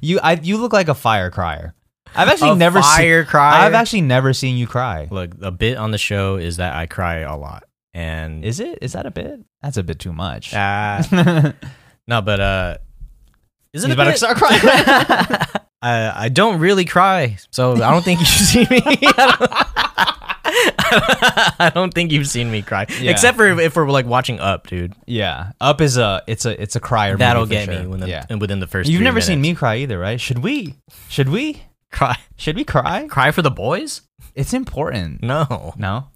[SPEAKER 1] you I you look like a fire crier. I've actually
[SPEAKER 2] Oh. A
[SPEAKER 1] never seen.
[SPEAKER 2] fire cry.
[SPEAKER 1] I've actually never seen you cry.
[SPEAKER 2] look a bit on the show is that I cry a lot, and
[SPEAKER 1] Is it? Is that a bit? That's a bit too much.
[SPEAKER 2] uh, no, but uh, is it
[SPEAKER 1] He's
[SPEAKER 2] a
[SPEAKER 1] about to
[SPEAKER 2] bit?
[SPEAKER 1] start crying.
[SPEAKER 2] I, I don't really cry, so I don't think you've seen me. I don't, I don't think you've seen me cry,
[SPEAKER 1] Yeah.
[SPEAKER 2] except for if, if we're like watching Up, dude.
[SPEAKER 1] yeah, up is a it's a it's a crier. movie
[SPEAKER 2] That'll
[SPEAKER 1] for
[SPEAKER 2] get
[SPEAKER 1] sure.
[SPEAKER 2] me when the,
[SPEAKER 1] yeah.
[SPEAKER 2] within the first.
[SPEAKER 1] You've
[SPEAKER 2] three
[SPEAKER 1] never seen
[SPEAKER 2] minutes.
[SPEAKER 1] me cry either, right? Should we? Should we?
[SPEAKER 2] cry.
[SPEAKER 1] Should we cry?
[SPEAKER 2] Cry for the boys?
[SPEAKER 1] It's important.
[SPEAKER 2] No. Uh,
[SPEAKER 1] No.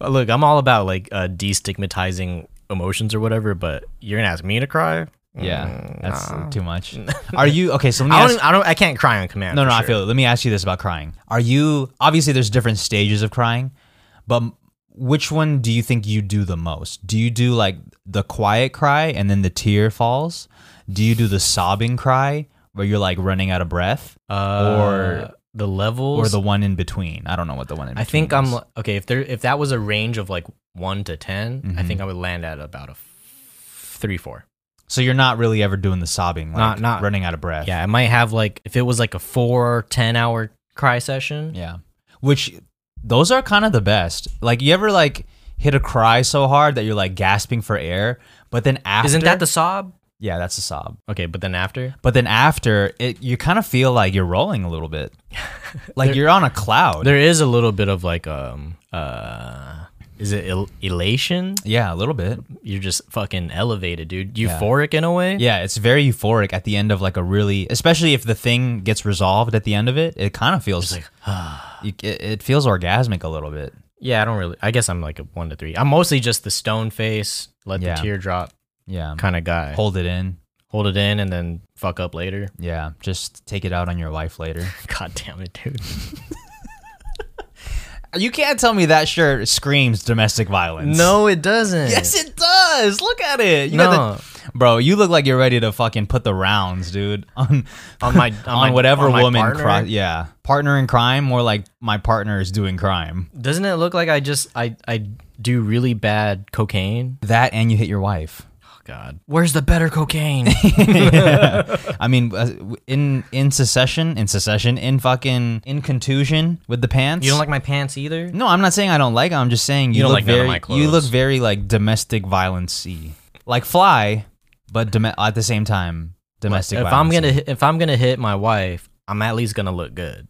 [SPEAKER 2] Look, I'm all about like uh, destigmatizing emotions or whatever, but you're gonna ask me to cry?
[SPEAKER 1] Yeah,
[SPEAKER 2] Mm,
[SPEAKER 1] that's
[SPEAKER 2] nah.
[SPEAKER 1] too much. Are you okay? So let me
[SPEAKER 2] I
[SPEAKER 1] ask.
[SPEAKER 2] don't. I don't. I can't cry on command.
[SPEAKER 1] No,
[SPEAKER 2] for
[SPEAKER 1] no, I
[SPEAKER 2] sure.
[SPEAKER 1] feel it. Let me ask you this about crying. Are you obviously there's different stages of crying, but m- which one do you think you do the most? Do you do like the quiet cry and then the tear falls? Do you do the sobbing cry where you're like running out of breath,
[SPEAKER 2] Uh,
[SPEAKER 1] or-
[SPEAKER 2] the levels,
[SPEAKER 1] or the one in between? I don't know what the one in between.
[SPEAKER 2] I think I'm
[SPEAKER 1] is.
[SPEAKER 2] l- okay. If there, if that was a range of like one to 10 I
[SPEAKER 1] Mm-hmm.
[SPEAKER 2] think I would land at about a f- three, four.
[SPEAKER 1] so you're not really ever doing the sobbing, like
[SPEAKER 2] Not- not-
[SPEAKER 1] running out of breath.
[SPEAKER 2] Yeah, I might have like if it was like a four, 10 hour cry session.
[SPEAKER 1] Yeah. Which those are kind of the best. Like you ever like hit a cry so hard that you're like gasping for air, but then after
[SPEAKER 2] Isn't that the sob?
[SPEAKER 1] Yeah, that's a sob.
[SPEAKER 2] Okay, but then after,
[SPEAKER 1] But then after it you kind of feel like you're rolling a little bit. Like you're on a cloud.
[SPEAKER 2] there is a little bit of like um uh, is it el- elation?
[SPEAKER 1] Yeah, a little bit.
[SPEAKER 2] You're just fucking elevated, dude. Euphoric in a way.
[SPEAKER 1] Yeah, it's very euphoric at the end of like a really, especially if the thing gets resolved at the end of it. It kind of feels like you, it, it feels orgasmic a little bit.
[SPEAKER 2] Yeah, I don't really. I guess I'm like a one to three. I'm mostly just the stone face, let
[SPEAKER 1] Yeah.
[SPEAKER 2] the tear drop
[SPEAKER 1] Yeah,
[SPEAKER 2] kind of guy.
[SPEAKER 1] hold it in.
[SPEAKER 2] hold it in and then fuck up later.
[SPEAKER 1] Yeah, just take it out on your wife later.
[SPEAKER 2] God damn it, dude.
[SPEAKER 1] You can't tell me that shirt screams domestic violence.
[SPEAKER 2] No, it doesn't.
[SPEAKER 1] Yes, it does. Look at it. You
[SPEAKER 2] no.
[SPEAKER 1] got the- bro, you look like you're ready to fucking put the rounds, dude, on
[SPEAKER 2] on my
[SPEAKER 1] on,
[SPEAKER 2] my-
[SPEAKER 1] whatever
[SPEAKER 2] on my
[SPEAKER 1] woman.
[SPEAKER 2] partner?
[SPEAKER 1] Cro- yeah, partner in crime, more like my partner is doing crime.
[SPEAKER 2] doesn't it look like I just I I do really bad cocaine?
[SPEAKER 1] That and you hit your wife.
[SPEAKER 2] Oh God, where's the better cocaine?
[SPEAKER 1] I mean, uh, in in secession, in secession, in fucking in contusion with the pants.
[SPEAKER 2] you don't like my pants either.
[SPEAKER 1] No, I'm not saying I don't like it. I'm just saying you,
[SPEAKER 2] don't
[SPEAKER 1] look
[SPEAKER 2] like none
[SPEAKER 1] very
[SPEAKER 2] of my
[SPEAKER 1] you look
[SPEAKER 2] clothes.
[SPEAKER 1] very like domestic violence y. Like fly, but dom- at the same time domestic
[SPEAKER 2] If I'm
[SPEAKER 1] violence.
[SPEAKER 2] gonna hit- if I'm gonna hit my wife, I'm at least gonna look good.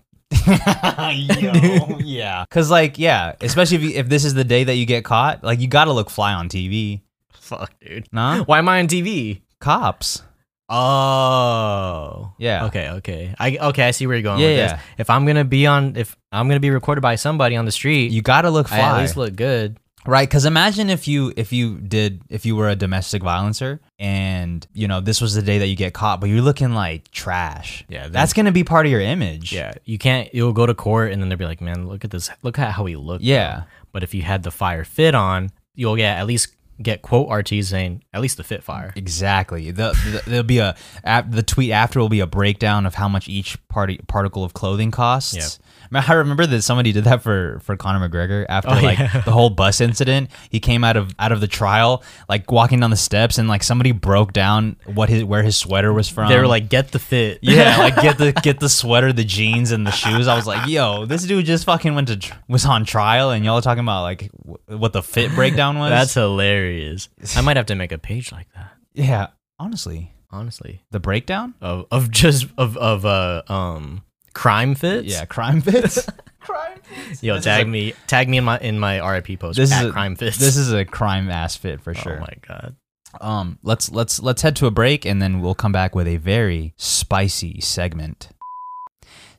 [SPEAKER 1] Yo, yeah. Cuz like yeah, especially if you, if this is the day that you get caught, like you got to look fly on TV.
[SPEAKER 2] Fuck, dude.
[SPEAKER 1] Nah?
[SPEAKER 2] Why am I on TV?
[SPEAKER 1] Cops.
[SPEAKER 2] Oh.
[SPEAKER 1] Yeah.
[SPEAKER 2] Okay, okay. I okay, I see where you're going
[SPEAKER 1] Yeah,
[SPEAKER 2] with
[SPEAKER 1] yeah.
[SPEAKER 2] this. If I'm gonna be on if I'm gonna be recorded by somebody on the street,
[SPEAKER 1] You got to look fly.
[SPEAKER 2] I at least look good.
[SPEAKER 1] Right, because imagine if you if you did if you were a domestic violencer and you know this was the day that you get caught, but you're looking like trash.
[SPEAKER 2] Yeah, then-
[SPEAKER 1] that's gonna be part of your image.
[SPEAKER 2] Yeah, you can't. You'll go to court, and then they'll be like, "Man, look at this. Look at how he looked."
[SPEAKER 1] yeah,
[SPEAKER 2] But if you had the fire fit on, you'll get at least get quote RT saying at least the fit fire.
[SPEAKER 1] exactly. The, the, there'll be a ap- the tweet after will be a breakdown of how much each party particle of clothing costs.
[SPEAKER 2] Yeah.
[SPEAKER 1] Ma- I remember that somebody did that for for Conor McGregor after like
[SPEAKER 2] Oh, yeah.
[SPEAKER 1] the whole bus incident. He came out of out of the trial like walking down the steps and like somebody broke down what his where his sweater was from.
[SPEAKER 2] They were like, "Get the fit."
[SPEAKER 1] Um, Yeah, like get the get the sweater, the jeans, and the shoes. I was like, yo, this dude just fucking went to tr- was on trial, and y'all are talking about like w- what the fit breakdown was.
[SPEAKER 2] that's hilarious. I might have to make a page like that,
[SPEAKER 1] yeah, honestly,
[SPEAKER 2] honestly,
[SPEAKER 1] the breakdown.
[SPEAKER 2] of of just of of uh um crime fits.
[SPEAKER 1] Yeah, crime fits. crime. Fits.
[SPEAKER 2] Yo,
[SPEAKER 1] This is
[SPEAKER 2] tag
[SPEAKER 1] a-
[SPEAKER 2] me, tag me in my in my RIP post.
[SPEAKER 1] This
[SPEAKER 2] This
[SPEAKER 1] is
[SPEAKER 2] at
[SPEAKER 1] a-
[SPEAKER 2] crime fits.
[SPEAKER 1] This is a crime ass fit for sure.
[SPEAKER 2] Oh my god.
[SPEAKER 1] Um, let's let's let's head to a break and then we'll come back with a very spicy segment.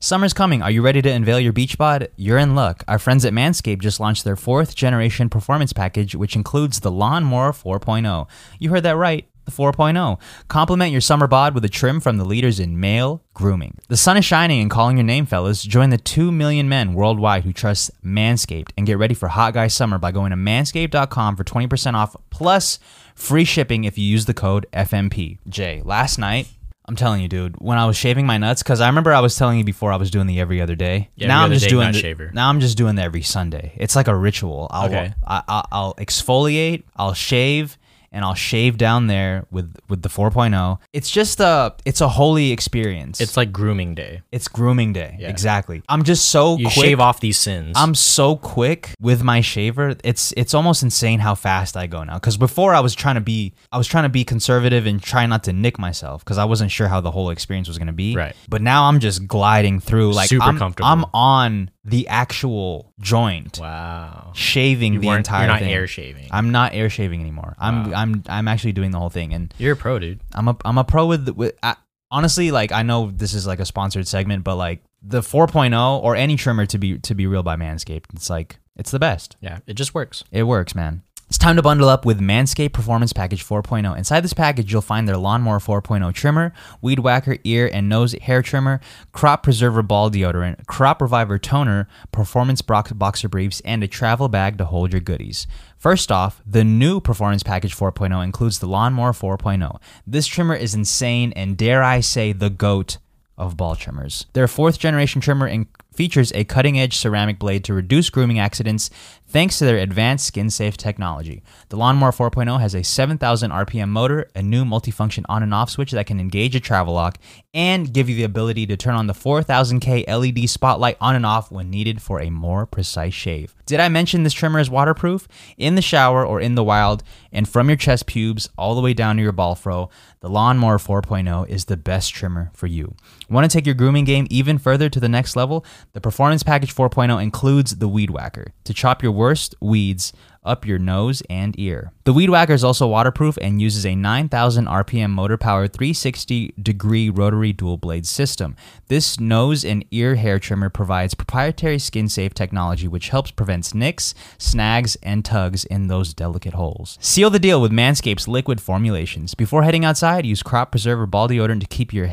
[SPEAKER 1] Summer's coming. Are you ready to unveil your beach bod? You're in luck. Our friends at Manscaped just launched their fourth generation performance package, which includes the Lawnmower 4.0. You heard that right. The 4.0. Complement your summer bod with a trim from the leaders in male grooming. The sun is shining and calling your name, fellas. Join the 2 million men worldwide who trust Manscaped and get ready for Hot Guy Summer by going to manscaped.com for 20% off plus free shipping if you use the code FMP. Jay, last night, I'm telling you, dude. When I was shaving my nuts, because I remember I was telling you before, I was doing the every other day.
[SPEAKER 2] Yeah,
[SPEAKER 1] now
[SPEAKER 2] every
[SPEAKER 1] I'm
[SPEAKER 2] other
[SPEAKER 1] just
[SPEAKER 2] day,
[SPEAKER 1] doing
[SPEAKER 2] nut
[SPEAKER 1] the,
[SPEAKER 2] shaver.
[SPEAKER 1] Now I'm just doing the every Sunday. It's like a ritual. I'll,
[SPEAKER 2] Okay.
[SPEAKER 1] I, I, I'll exfoliate. I'll shave, and I'll shave down there with with the 4.0. It's just a it's a holy experience.
[SPEAKER 2] It's like grooming day.
[SPEAKER 1] it's grooming day.
[SPEAKER 2] Yeah.
[SPEAKER 1] Exactly. I'm just so
[SPEAKER 2] You
[SPEAKER 1] quick.
[SPEAKER 2] shave off these sins.
[SPEAKER 1] I'm so quick with my shaver. It's it's almost insane how fast I go now. Because before I was trying to be I was trying to be conservative and try not to nick myself because I wasn't sure how the whole experience was gonna be.
[SPEAKER 2] Right.
[SPEAKER 1] But now I'm just gliding through like
[SPEAKER 2] Super
[SPEAKER 1] I'm,
[SPEAKER 2] comfortable.
[SPEAKER 1] I'm on the actual joint,
[SPEAKER 2] wow.
[SPEAKER 1] shaving the
[SPEAKER 2] weren't-
[SPEAKER 1] entire
[SPEAKER 2] you're not
[SPEAKER 1] thing.
[SPEAKER 2] air shaving.
[SPEAKER 1] I'm not air shaving anymore. I'm I'm I'm actually doing the whole thing and
[SPEAKER 2] You're a pro, dude.
[SPEAKER 1] I'm a I'm a pro with with I, honestly like I know this is like a sponsored segment but like the 4.0 or any trimmer to be to be real by Manscaped it's like it's the best.
[SPEAKER 2] Yeah, it just works.
[SPEAKER 1] It works, man. It's time to bundle up with Manscaped Performance Package 4.0. Inside this package, you'll find their Lawnmower 4.0 trimmer, Weed Whacker ear and nose hair trimmer, Crop Preserver ball deodorant, Crop Reviver toner, Performance box- boxer briefs, and a travel bag to hold your goodies. First off, the new Performance Package 4.0 includes the Lawnmower 4.0. This trimmer is insane and, dare I say, the GOAT of ball trimmers. Their fourth generation trimmer in- features a cutting edge ceramic blade to reduce grooming accidents thanks to their advanced skin safe technology. The Lawnmower 4.0 has a 7,000 RPM motor, a new multifunction on and off switch that can engage a travel lock, and give you the ability to turn on the 4000K LED E spotlight on and off when needed for a more precise shave. Did I mention this trimmer is waterproof? In the shower or in the wild, and from your chest pubes all the way down to your ball fro, the Lawnmower 4.0 is the best trimmer for you. Want to take your grooming game even further to the next level? The Performance Package 4.0 includes the Weed Whacker to chop your worst weeds up your nose and ear. The Weed Whacker is also waterproof and uses a 9,000 RPM motor powered 360 degree rotary dual blade system. This nose and ear hair trimmer provides proprietary skin safe technology which helps prevent nicks, snags, and tugs in those delicate holes. Seal the deal with Manscaped's liquid formulations. Before heading outside, use crop preserver ball deodorant to keep your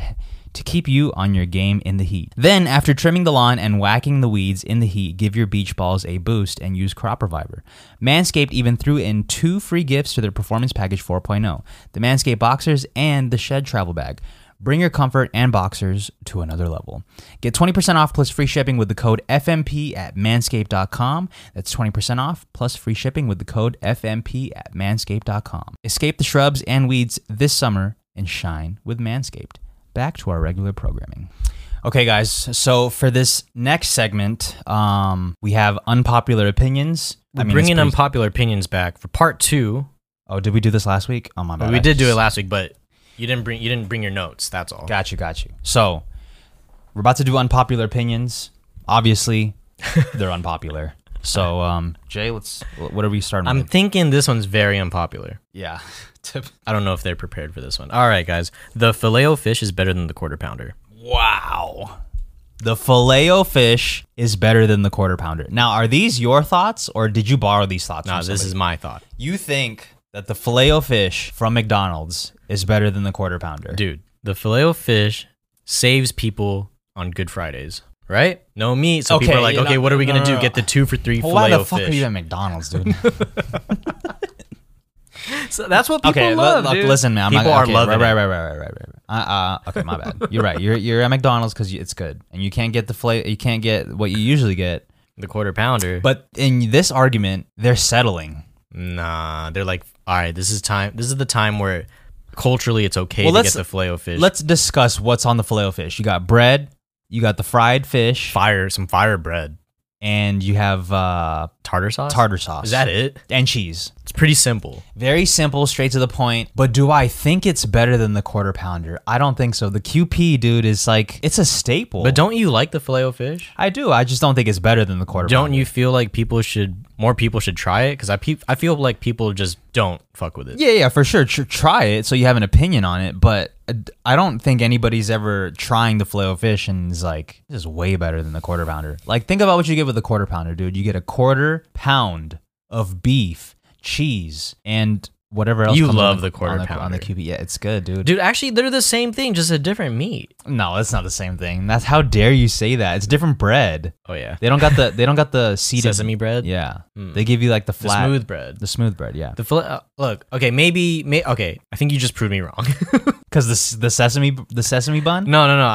[SPEAKER 1] to keep you on your game in the heat. Then, after trimming the lawn and whacking the weeds in the heat, give your beach balls a boost and use Crop Reviver. Manscaped even threw in two free gifts to their Performance Package 4.0 the Manscaped Boxers and the Shed Travel Bag. Bring your comfort and boxers to another level. Get 20% off plus free shipping with the code FMP at manscaped.com. That's 20% off plus free shipping with the code FMP at manscaped.com. Escape the shrubs and weeds this summer and shine with Manscaped back to our regular programming. Okay, guys. So for this next segment, um, we have unpopular opinions.
[SPEAKER 2] We're
[SPEAKER 1] it's
[SPEAKER 2] bringing
[SPEAKER 1] pretty-
[SPEAKER 2] unpopular opinions back for part two.
[SPEAKER 1] Oh, did we do this last week? Oh my bad.
[SPEAKER 2] we
[SPEAKER 1] I
[SPEAKER 2] did do it
[SPEAKER 1] just-
[SPEAKER 2] last week, but you didn't bring you didn't bring your notes. That's all.
[SPEAKER 1] Got you. Got you. So we're about to do unpopular opinions. Obviously, they're unpopular. So um, Jay, let's. What are we starting?
[SPEAKER 2] I'm
[SPEAKER 1] with?
[SPEAKER 2] thinking this one's very unpopular.
[SPEAKER 1] Yeah. Tip.
[SPEAKER 2] I don't know if they're prepared for this one. All right, guys. The filet o fish is better than the quarter pounder.
[SPEAKER 1] Wow. The filet o fish is better than the quarter pounder. Now, are these your thoughts, or did you borrow these thoughts?
[SPEAKER 2] Nah,
[SPEAKER 1] from
[SPEAKER 2] this
[SPEAKER 1] somebody?
[SPEAKER 2] is my thought.
[SPEAKER 1] You think that the filet o fish from McDonald's is better than the quarter pounder?
[SPEAKER 2] Dude, the filet o fish saves people on Good Fridays, right? No meat. So people
[SPEAKER 1] Okay,
[SPEAKER 2] are like,
[SPEAKER 1] you
[SPEAKER 2] okay,
[SPEAKER 1] know-
[SPEAKER 2] what are we
[SPEAKER 1] no,
[SPEAKER 2] going to
[SPEAKER 1] no,
[SPEAKER 2] do?
[SPEAKER 1] no.
[SPEAKER 2] Get the two for three
[SPEAKER 1] Well, why
[SPEAKER 2] filet
[SPEAKER 1] the
[SPEAKER 2] o
[SPEAKER 1] fuck are you
[SPEAKER 2] fish.
[SPEAKER 1] at McDonald's, dude?
[SPEAKER 2] So that's what
[SPEAKER 1] okay, look, look, listen, man. I'm
[SPEAKER 2] people
[SPEAKER 1] not,
[SPEAKER 2] are
[SPEAKER 1] okay,
[SPEAKER 2] loving
[SPEAKER 1] right,
[SPEAKER 2] it.
[SPEAKER 1] right, right, right, right, right, right. Uh, uh, okay, my bad. You're right. You're you're at McDonald's because it's good, and you can't get the filet. You can't get what you usually get.
[SPEAKER 2] The quarter pounder.
[SPEAKER 1] But in this argument, they're settling.
[SPEAKER 2] Nah, they're like, all right, this is time. This is the time where culturally it's okay
[SPEAKER 1] Well,
[SPEAKER 2] to
[SPEAKER 1] let's-
[SPEAKER 2] get the filet o fish.
[SPEAKER 1] Let's discuss what's on the filet o fish. You got bread, you got the fried fish,
[SPEAKER 2] fire some fire bread.
[SPEAKER 1] and you have uh,
[SPEAKER 2] tartar sauce.
[SPEAKER 1] tartar sauce.
[SPEAKER 2] Is that it?
[SPEAKER 1] And cheese.
[SPEAKER 2] It's pretty simple.
[SPEAKER 1] Very simple, straight to the point. But do I think it's better than the quarter pounder? I don't think so. The QP, dude, is like it's a staple.
[SPEAKER 2] But don't you like the filet o fish?
[SPEAKER 1] I do. I just don't think it's better than the quarter.
[SPEAKER 2] Don't
[SPEAKER 1] pounder.
[SPEAKER 2] you feel like people should more people should try it? Because I pe- I feel like people just don't fuck with it.
[SPEAKER 1] Yeah, yeah, for sure. Tr- try it so you have an opinion on it. But I d- I don't think anybody's ever trying the filet fish and is like, this is way better than the quarter pounder. Like, think about what you get with a quarter pounder, dude. You get a quarter pound of beef, cheese, and whatever else.
[SPEAKER 2] You
[SPEAKER 1] comes on
[SPEAKER 2] love the quarter
[SPEAKER 1] on the, on the
[SPEAKER 2] pounder.
[SPEAKER 1] QB. Yeah, it's good, dude.
[SPEAKER 2] Dude, actually, they're the same thing, just a different meat.
[SPEAKER 1] No, that's not the same thing. That's how dare you say that? It's different bread.
[SPEAKER 2] Oh yeah,
[SPEAKER 1] They don't got the they don't got the seeded
[SPEAKER 2] sesame bread,
[SPEAKER 1] Yeah,
[SPEAKER 2] Mm.
[SPEAKER 1] they give you like the
[SPEAKER 2] the
[SPEAKER 1] flat,
[SPEAKER 2] smooth bread.
[SPEAKER 1] the smooth bread. Yeah,
[SPEAKER 2] The filet. Uh, look, okay, maybe, may, okay. I think you just proved me wrong.
[SPEAKER 1] because the s- the sesame the sesame bun.
[SPEAKER 2] No, no, no.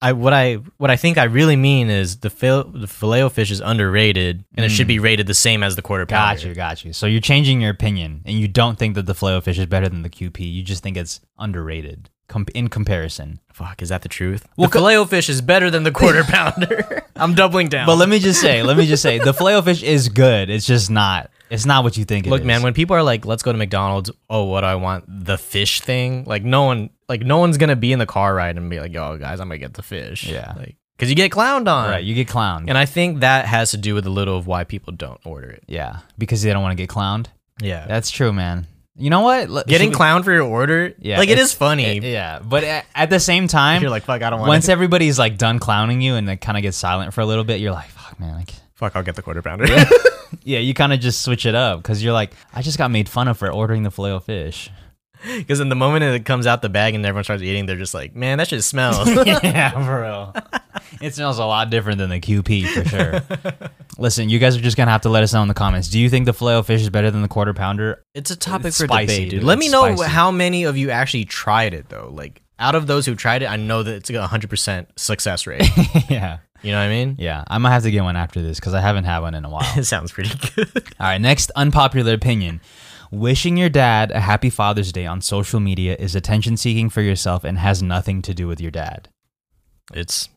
[SPEAKER 2] I, I what I what I think I really mean is the fil- the filet fish is underrated and it should be rated the same as the quarter pounder.
[SPEAKER 1] Got you, got you. So you're changing your opinion, and you don't think that the filet fish is better than the QP. You just think it's underrated com- in comparison.
[SPEAKER 2] Fuck, is that the truth?
[SPEAKER 1] Well,
[SPEAKER 2] the filet fish is better than the quarter pounder. I'm doubling down.
[SPEAKER 1] But let me just say, let me just say, the filet fish is good. It's just not. It's not what you think.
[SPEAKER 2] look,
[SPEAKER 1] it is.
[SPEAKER 2] man, when people are like, "Let's go to McDonald's," oh, what do I want? The fish thing. Like no one, like no one's gonna be in the car ride and be like, "Yo, guys, I'm gonna get the fish."
[SPEAKER 1] Yeah.
[SPEAKER 2] like because you get clowned on.
[SPEAKER 1] right, you get clowned.
[SPEAKER 2] and I think that has to do with a little of why people don't order it.
[SPEAKER 1] yeah, because they don't want to get clowned.
[SPEAKER 2] Yeah.
[SPEAKER 1] That's true, man. You know what? Let-
[SPEAKER 2] Getting
[SPEAKER 1] should we-
[SPEAKER 2] clowned for your order,
[SPEAKER 1] Yeah,
[SPEAKER 2] like it
[SPEAKER 1] it's-
[SPEAKER 2] is funny.
[SPEAKER 1] it- yeah, but at, at the same time,
[SPEAKER 2] You're like, fuck, I don't want
[SPEAKER 1] once everybody's like done clowning you and they kind of get silent for a little bit, you're like, fuck, man. I can't.
[SPEAKER 2] Fuck, I'll get the quarter pounder.
[SPEAKER 1] Yeah, you kind of just switch it up because you're like, I just got made fun of for ordering the filet fish.
[SPEAKER 2] Because in the moment it comes out the bag and everyone starts eating, they're just like, man, that shit smells.
[SPEAKER 1] yeah, for real. It smells a lot different than the QP for sure. Listen, you guys are just gonna have to let us know in the comments. Do you think the filet fish is better than the quarter pounder?
[SPEAKER 2] it's a topic
[SPEAKER 1] It's
[SPEAKER 2] for
[SPEAKER 1] spicy,
[SPEAKER 2] debate, dude.
[SPEAKER 1] dude.
[SPEAKER 2] Let me
[SPEAKER 1] It's
[SPEAKER 2] know
[SPEAKER 1] spicy.
[SPEAKER 2] how many of you actually tried it, though. Like, out of those who tried it, I know that it's a 100% success rate.
[SPEAKER 1] yeah,
[SPEAKER 2] you know what I mean?
[SPEAKER 1] yeah. I might have to get one after this because I haven't had one in a while.
[SPEAKER 2] It sounds pretty good.
[SPEAKER 1] All right, next unpopular opinion. Wishing your dad a happy Father's Day on social media is attention seeking for yourself and has nothing to do with your dad.
[SPEAKER 2] It's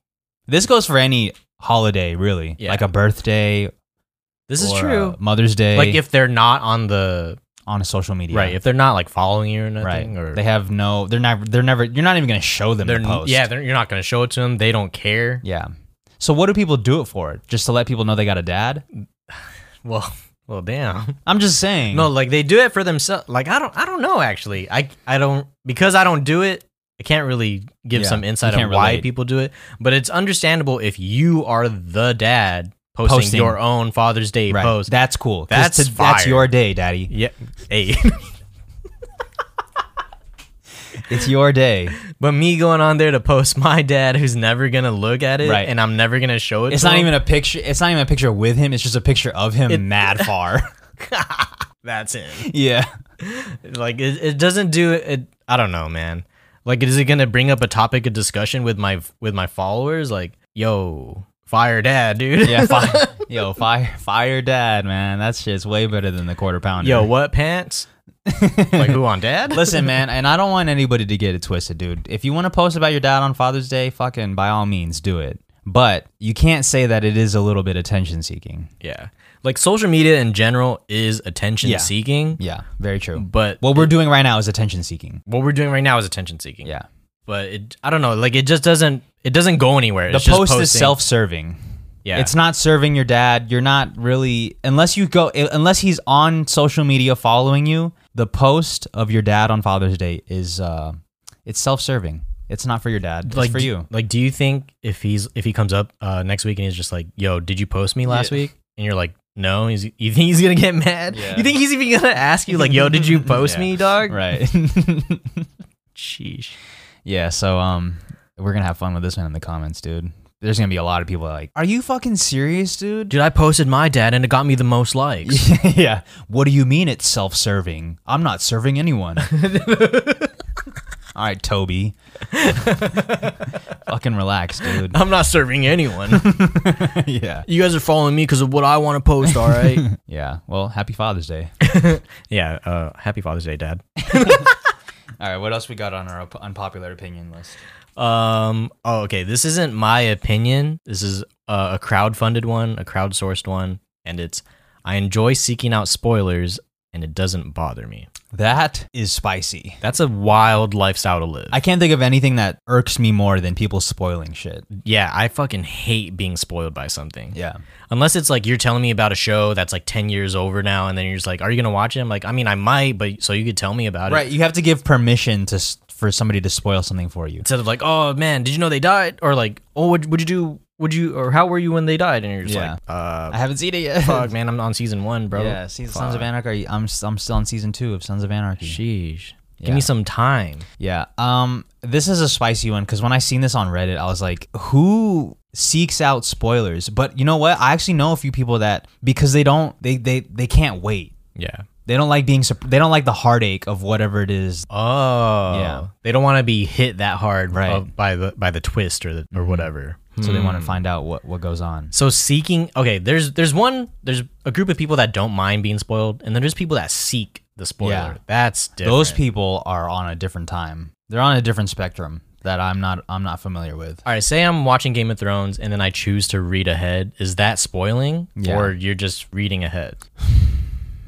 [SPEAKER 1] This goes for any holiday, really,
[SPEAKER 2] Yeah.
[SPEAKER 1] like a birthday.
[SPEAKER 2] this is
[SPEAKER 1] or,
[SPEAKER 2] true.
[SPEAKER 1] uh, Mother's Day,
[SPEAKER 2] like if they're not on the
[SPEAKER 1] on social media,
[SPEAKER 2] right, if they're not like following you or
[SPEAKER 1] right?
[SPEAKER 2] nothing, or
[SPEAKER 1] they have no, they're not, they're never, you're not even gonna show them
[SPEAKER 2] they're
[SPEAKER 1] the post.
[SPEAKER 2] yeah, they're, you're not gonna show it to them. They don't care.
[SPEAKER 1] yeah. So what do people do it for? Just to let people know they got a dad?
[SPEAKER 2] Well, well, damn.
[SPEAKER 1] I'm just saying.
[SPEAKER 2] No, like they do it for themselves. Like I don't, I don't know actually. I, I don't because I don't do it. I can't really give
[SPEAKER 1] Yeah,
[SPEAKER 2] some insight
[SPEAKER 1] you
[SPEAKER 2] on
[SPEAKER 1] can't
[SPEAKER 2] why
[SPEAKER 1] relate.
[SPEAKER 2] people do it. But it's understandable if you are the dad posting,
[SPEAKER 1] Posting.
[SPEAKER 2] your own Father's Day
[SPEAKER 1] right?
[SPEAKER 2] post.
[SPEAKER 1] That's cool. 'Cause
[SPEAKER 2] That's
[SPEAKER 1] to- that's
[SPEAKER 2] fire.
[SPEAKER 1] your day, daddy.
[SPEAKER 2] yeah, hey.
[SPEAKER 1] It's your day.
[SPEAKER 2] but me going on there to post my dad, who's never gonna look at it,
[SPEAKER 1] Right.
[SPEAKER 2] and I'm never gonna show it.
[SPEAKER 1] It's
[SPEAKER 2] to
[SPEAKER 1] not
[SPEAKER 2] him,
[SPEAKER 1] even a picture. It's not even a picture with him. It's just a picture of him mad far.
[SPEAKER 2] That's it.
[SPEAKER 1] yeah.
[SPEAKER 2] Like it, it doesn't do it. I don't know, man. Like, is it gonna bring up a topic of discussion with my with my followers? Like, yo, fire dad, dude.
[SPEAKER 1] Yeah. Fire, yo, fire, fire dad, man. That shit's way better than the quarter pounder.
[SPEAKER 2] yo, what pants? like, who on dad?
[SPEAKER 1] Listen, man, and I don't want anybody to get it twisted, dude. If you want to post about your dad on Father's Day, fucking by all means do it. But you can't say that it is a little bit attention seeking.
[SPEAKER 2] yeah. Like, social media in general is attention
[SPEAKER 1] Yeah.
[SPEAKER 2] seeking,
[SPEAKER 1] Yeah, very true.
[SPEAKER 2] but
[SPEAKER 1] What we're doing right now is attention seeking.
[SPEAKER 2] what we're doing right now is attention seeking.
[SPEAKER 1] Yeah.
[SPEAKER 2] But it, I don't know. Like, it just doesn't. It doesn't go anywhere.
[SPEAKER 1] The
[SPEAKER 2] it's just
[SPEAKER 1] post is
[SPEAKER 2] posting.
[SPEAKER 1] self serving.
[SPEAKER 2] Yeah.
[SPEAKER 1] It's not serving your dad. You're not really unless you go unless he's on social media following you, the post of your dad on Father's Day is uh it's self serving. It's not for your dad. It's
[SPEAKER 2] like
[SPEAKER 1] for
[SPEAKER 2] d-
[SPEAKER 1] you.
[SPEAKER 2] Like, do you think if he's if he comes up uh, next week and he's just like, "Yo, did you post me last
[SPEAKER 1] Yeah.
[SPEAKER 2] week?" and you're like, "No," he's, you think he's gonna get mad?
[SPEAKER 1] Yeah.
[SPEAKER 2] You think he's even gonna ask you like, "Yo, did you post
[SPEAKER 1] Yeah.
[SPEAKER 2] me, dog?"
[SPEAKER 1] Right.
[SPEAKER 2] Sheesh.
[SPEAKER 1] Yeah, so um we're gonna have fun with this one in the comments, dude. There's gonna be a lot of people like, Are you fucking serious, dude?
[SPEAKER 2] Dude, I posted my dad and it got me the most likes.
[SPEAKER 1] yeah. What do you mean it's self serving? I'm not serving anyone. All right, Toby. fucking relax, dude.
[SPEAKER 2] I'm not serving anyone.
[SPEAKER 1] yeah.
[SPEAKER 2] you guys are following me because of what I want to post. All right.
[SPEAKER 1] Yeah. Well, happy Father's Day.
[SPEAKER 2] yeah. Uh, happy Father's Day, Dad.
[SPEAKER 1] All right, what else we got on our op- unpopular opinion list?
[SPEAKER 2] Um. Oh, okay. This isn't my opinion. This is uh, a crowdfunded one, a crowdsourced one, and it's I enjoy seeking out spoilers and it doesn't bother me.
[SPEAKER 1] That is spicy.
[SPEAKER 2] That's a wild lifestyle to live.
[SPEAKER 1] I can't think of anything that irks me more than people spoiling shit.
[SPEAKER 2] yeah, I fucking hate being spoiled by something.
[SPEAKER 1] Yeah.
[SPEAKER 2] Unless it's like you're telling me about a show that's like 10 years over now and then you're just like, "Are you going to watch it?" I'm like, "I mean, I might, but so you could tell me about it."
[SPEAKER 1] Right. You have to give permission to s- for somebody to spoil something for you.
[SPEAKER 2] Instead of like, "Oh, man, did you know they died?" or like, "Oh, what would you do? Would you or how were you when they died?" And you're just
[SPEAKER 1] Yeah.
[SPEAKER 2] like, "Uh,
[SPEAKER 1] I haven't seen it yet.
[SPEAKER 2] fuck, man, I'm on season 1, bro."
[SPEAKER 1] Yeah, see, Sons of
[SPEAKER 2] Fuck.
[SPEAKER 1] Anarchy. I'm s- I'm still on season two of Sons of Anarchy.
[SPEAKER 2] Sheesh.
[SPEAKER 1] Yeah.
[SPEAKER 2] Give me some time.
[SPEAKER 1] yeah. Um, this is a spicy one because when I seen this on Reddit, I was like, who seeks out spoilers? But you know what? I actually know a few people that because they don't, they they they can't wait.
[SPEAKER 2] Yeah.
[SPEAKER 1] They don't like being. sup- They don't like the heartache of whatever it is.
[SPEAKER 2] Oh.
[SPEAKER 1] Yeah.
[SPEAKER 2] They don't want to be hit that hard
[SPEAKER 1] Right. Mm-hmm.
[SPEAKER 2] uh, by the by the twist or the, or whatever.
[SPEAKER 1] So they
[SPEAKER 2] Hmm.
[SPEAKER 1] want to find out what what goes on.
[SPEAKER 2] So seeking okay, there's there's one there's a group of people that don't mind being spoiled, and then there's people that seek the spoiler.
[SPEAKER 1] Yeah.
[SPEAKER 2] That's different.
[SPEAKER 1] Those people are on a different time. They're on a different spectrum that I'm not. I'm not familiar with.
[SPEAKER 2] All right, say I'm watching Game of Thrones and then I choose to read ahead. Is that spoiling?
[SPEAKER 1] Yeah.
[SPEAKER 2] Or you're just reading ahead?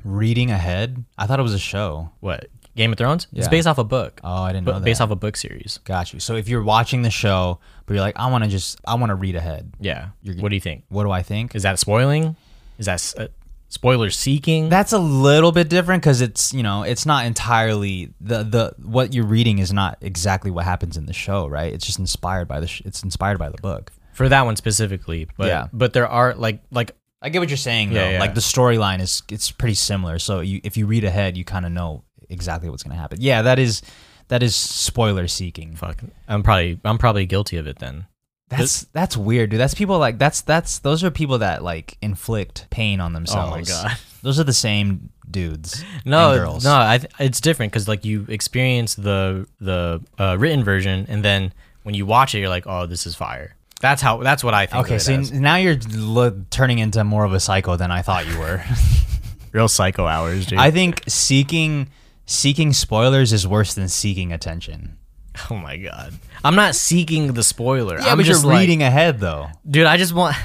[SPEAKER 1] Reading ahead. I thought it was a show.
[SPEAKER 2] What? Game of Thrones? It's
[SPEAKER 1] Yeah.
[SPEAKER 2] based off a book.
[SPEAKER 1] Oh, I didn't know
[SPEAKER 2] but
[SPEAKER 1] that.
[SPEAKER 2] based off a book series.
[SPEAKER 1] Got you. So if you're watching the show, but you're like, I want to just, I want to read ahead.
[SPEAKER 2] Yeah. what do you think?
[SPEAKER 1] What do I think?
[SPEAKER 2] Is that spoiling? Is that s- uh, spoiler seeking?
[SPEAKER 1] That's a little bit different because it's, you know, it's not entirely the the what you're reading is not exactly what happens in the show, right? It's just inspired by the sh- it's inspired by the book.
[SPEAKER 2] for that one specifically. But
[SPEAKER 1] Yeah.
[SPEAKER 2] but there are like like
[SPEAKER 1] I get what you're saying though.
[SPEAKER 2] Yeah, yeah.
[SPEAKER 1] Like the storyline is it's pretty similar. So you if you read ahead, you kind of know exactly what's going to happen. Yeah, that is that is spoiler seeking.
[SPEAKER 2] fuck. I'm probably I'm probably guilty of it then.
[SPEAKER 1] That's that's weird, dude. That's people like that's that's those are people that like inflict pain on themselves.
[SPEAKER 2] God.
[SPEAKER 1] Those are the same dudes.
[SPEAKER 2] No,
[SPEAKER 1] and girls.
[SPEAKER 2] no, I th- it's different because like you experience the the uh, written version, and then when you watch it, you're like, oh, this is fire. That's how. That's what I think.
[SPEAKER 1] Okay, so n- now you're l- turning into more of a psycho than I thought you were.
[SPEAKER 2] real psycho hours, dude.
[SPEAKER 1] I think seeking seeking spoilers is worse than seeking attention.
[SPEAKER 2] oh my god, I'm not seeking the spoiler. I'm
[SPEAKER 1] but
[SPEAKER 2] just
[SPEAKER 1] you're
[SPEAKER 2] like-
[SPEAKER 1] reading ahead though.
[SPEAKER 2] dude. I just want.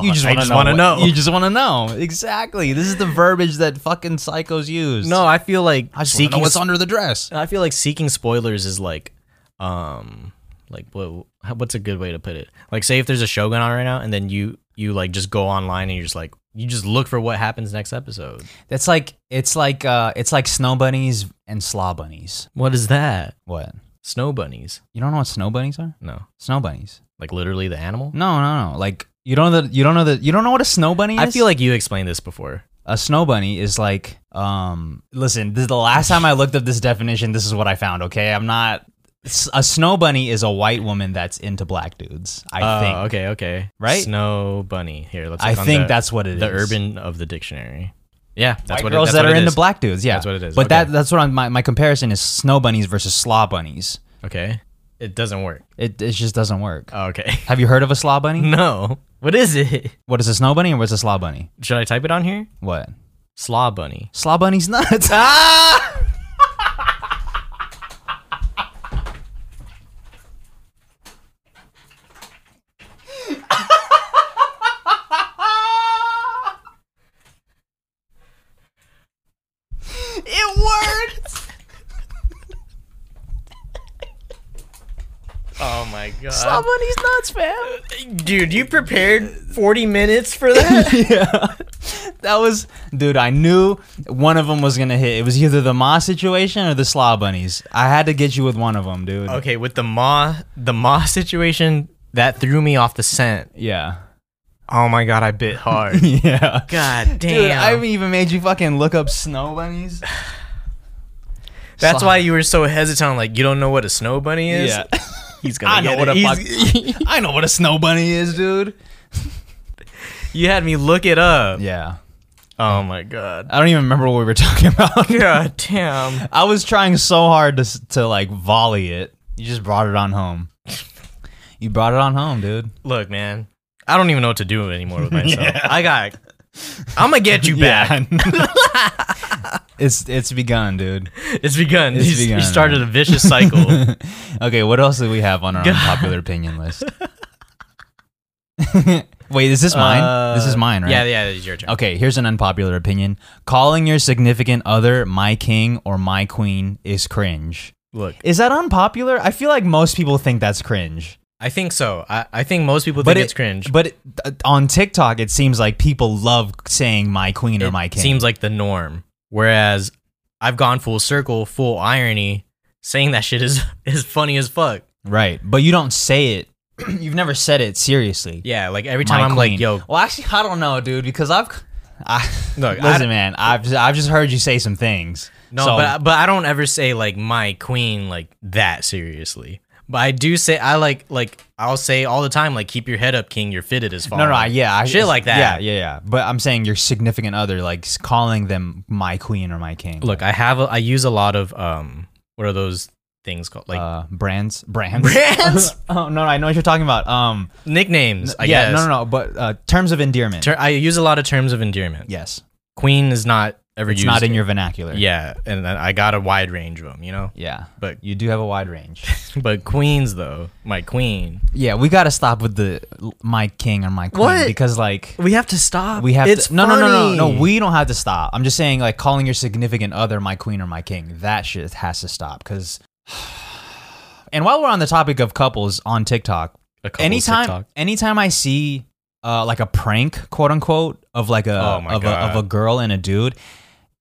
[SPEAKER 1] You just
[SPEAKER 2] I
[SPEAKER 1] want to
[SPEAKER 2] just
[SPEAKER 1] know.
[SPEAKER 2] wanna
[SPEAKER 1] what-
[SPEAKER 2] know.
[SPEAKER 1] You just want to know. Exactly. This is the verbiage that fucking psychos use.
[SPEAKER 2] no, I feel like
[SPEAKER 1] I just wanna know
[SPEAKER 2] seeking
[SPEAKER 1] what's under the dress.
[SPEAKER 2] I feel like seeking spoilers is like, um, like what? how- What's a good way to put it? Like, say if there's a show going on right now, and then you you like just go online and you're just like you just look for what happens next episode.
[SPEAKER 1] That's like it's like uh it's like snow bunnies and slaw bunnies.
[SPEAKER 2] What is that?
[SPEAKER 1] What?
[SPEAKER 2] Snow bunnies?
[SPEAKER 1] You don't know what snow bunnies are?
[SPEAKER 2] No,
[SPEAKER 1] Snow bunnies.
[SPEAKER 2] like literally the animal.
[SPEAKER 1] No, no, no. Like you don't know the you don't know the you don't know what a snow bunny is.
[SPEAKER 2] I feel like you explained this before.
[SPEAKER 1] a snow bunny is like um listen this is the last time i looked up this definition this is what i found okay i'm not s- a snow bunny is a white woman that's into black dudes i
[SPEAKER 2] Oh,
[SPEAKER 1] think
[SPEAKER 2] okay, okay,
[SPEAKER 1] Right?
[SPEAKER 2] Snow bunny. Here, let's.
[SPEAKER 1] i
[SPEAKER 2] look on
[SPEAKER 1] think
[SPEAKER 2] the-
[SPEAKER 1] that's what it is.
[SPEAKER 2] the urban of the dictionary. Yeah, that's
[SPEAKER 1] White
[SPEAKER 2] what it-
[SPEAKER 1] girls
[SPEAKER 2] that's
[SPEAKER 1] that
[SPEAKER 2] what
[SPEAKER 1] are
[SPEAKER 2] it
[SPEAKER 1] into
[SPEAKER 2] is.
[SPEAKER 1] black dudes yeah
[SPEAKER 2] That's what it is,
[SPEAKER 1] but that
[SPEAKER 2] okay.
[SPEAKER 1] that's what I'm, my, my comparison is snow bunnies versus slaw bunnies
[SPEAKER 2] Okay, it doesn't work.
[SPEAKER 1] it, it just doesn't work
[SPEAKER 2] Okay,
[SPEAKER 1] have you heard of a slaw bunny
[SPEAKER 2] Oh. no. What is it?
[SPEAKER 1] what is a snow bunny or what's a slaw bunny
[SPEAKER 2] Should I type it on here?
[SPEAKER 1] what
[SPEAKER 2] Slaw bunny.
[SPEAKER 1] slaw bunnies nuts ah!
[SPEAKER 2] It worked. oh my god.
[SPEAKER 1] bunnies nuts fam
[SPEAKER 2] Dude, you prepared 40 minutes for that?
[SPEAKER 1] yeah. That was, dude. I knew one of them was gonna hit. It was either the Ma situation or the Slaw Bunnies. I had to get you with one of them, dude.
[SPEAKER 2] okay, with the ma the ma situation that threw me off the scent.
[SPEAKER 1] Yeah.
[SPEAKER 2] Oh my god, I bit hard.
[SPEAKER 1] Yeah.
[SPEAKER 2] god damn.
[SPEAKER 1] Dude, I even made you fucking look up snow bunnies.
[SPEAKER 2] That's
[SPEAKER 1] Sly.
[SPEAKER 2] why you were so hesitant like you don't know what a snow bunny is. He's gonna
[SPEAKER 1] I know
[SPEAKER 2] get
[SPEAKER 1] what
[SPEAKER 2] it.
[SPEAKER 1] a
[SPEAKER 2] He's-
[SPEAKER 1] fuck- I know what a snow bunny is, dude.
[SPEAKER 2] you had me look it up.
[SPEAKER 1] Yeah.
[SPEAKER 2] Oh my god.
[SPEAKER 1] I don't even remember what we were talking about.
[SPEAKER 2] God damn.
[SPEAKER 1] I was trying so hard to s- to like volley it. You just brought it on home. You brought it on home, dude.
[SPEAKER 2] look, man, I don't even know what to do anymore with myself. I got, I'm gonna get you back.
[SPEAKER 1] it's it's begun, dude.
[SPEAKER 2] It's begun.
[SPEAKER 1] It's
[SPEAKER 2] You-
[SPEAKER 1] begun,
[SPEAKER 2] you started a vicious cycle.
[SPEAKER 1] okay, what else do we have on our unpopular opinion list? Wait, is this mine? this is mine, right?
[SPEAKER 2] Uh, Yeah, yeah, it's your turn.
[SPEAKER 1] Okay, here's an unpopular opinion. Calling your significant other my king or my queen is cringe.
[SPEAKER 2] Look,
[SPEAKER 1] Is that unpopular? I feel like most people think that's cringe.
[SPEAKER 2] I think so. I, I think most people
[SPEAKER 1] But
[SPEAKER 2] think
[SPEAKER 1] it-
[SPEAKER 2] it's cringe.
[SPEAKER 1] But it, th- on TikTok, it seems like people love saying my queen or
[SPEAKER 2] it
[SPEAKER 1] my king.
[SPEAKER 2] seems like the norm. Whereas I've gone full circle, full irony. Saying that shit is is funny as fuck.
[SPEAKER 1] right, but you don't say it. You've never said it seriously.
[SPEAKER 2] Yeah, like every
[SPEAKER 1] My
[SPEAKER 2] time I'm like,
[SPEAKER 1] queen.
[SPEAKER 2] yo,
[SPEAKER 1] Well, actually, I don't know, dude, because I've. I,
[SPEAKER 2] Look, I
[SPEAKER 1] listen,
[SPEAKER 2] d-
[SPEAKER 1] man, I've just, I've just heard you say some things.
[SPEAKER 2] no,
[SPEAKER 1] So-
[SPEAKER 2] but but I don't ever say like my queen like that seriously. But I do say I like like I'll say all the time like keep your head up, king. You're fitted as fuck.
[SPEAKER 1] No, no, I, yeah, I,
[SPEAKER 2] Shit like that.
[SPEAKER 1] Yeah, yeah, yeah. But I'm saying your significant other, like s- calling them my queen or my king.
[SPEAKER 2] Look, I have a, I use a lot of um what are those things called like
[SPEAKER 1] uh, brands, brands,
[SPEAKER 2] Brands?
[SPEAKER 1] oh no, no, I know what you're talking about. Um,
[SPEAKER 2] nicknames. I
[SPEAKER 1] yeah,
[SPEAKER 2] guess.
[SPEAKER 1] no, no, no. But uh, terms of endearment.
[SPEAKER 2] Ter- I use a lot of terms of endearment.
[SPEAKER 1] yes,
[SPEAKER 2] Queen is not ever
[SPEAKER 1] it's
[SPEAKER 2] used.
[SPEAKER 1] not in your vernacular.
[SPEAKER 2] Yeah, and then I got a wide range of them, you know.
[SPEAKER 1] yeah.
[SPEAKER 2] But
[SPEAKER 1] You do have a wide range.
[SPEAKER 2] but queens though, my queen.
[SPEAKER 1] yeah, we gotta stop with the l- my king or my queen
[SPEAKER 2] What?
[SPEAKER 1] because like
[SPEAKER 2] We have to stop.
[SPEAKER 1] we have to, no, no, no, no, no. We don't have to stop. I'm just saying like calling your significant other my queen or my king. That shit has to stop because. And while we're on the topic of couples on TikTok, anytime anytime I see uh, like a prank, quote unquote, of like a,
[SPEAKER 2] Oh my
[SPEAKER 1] of a of a
[SPEAKER 2] God.
[SPEAKER 1] girl and a dude,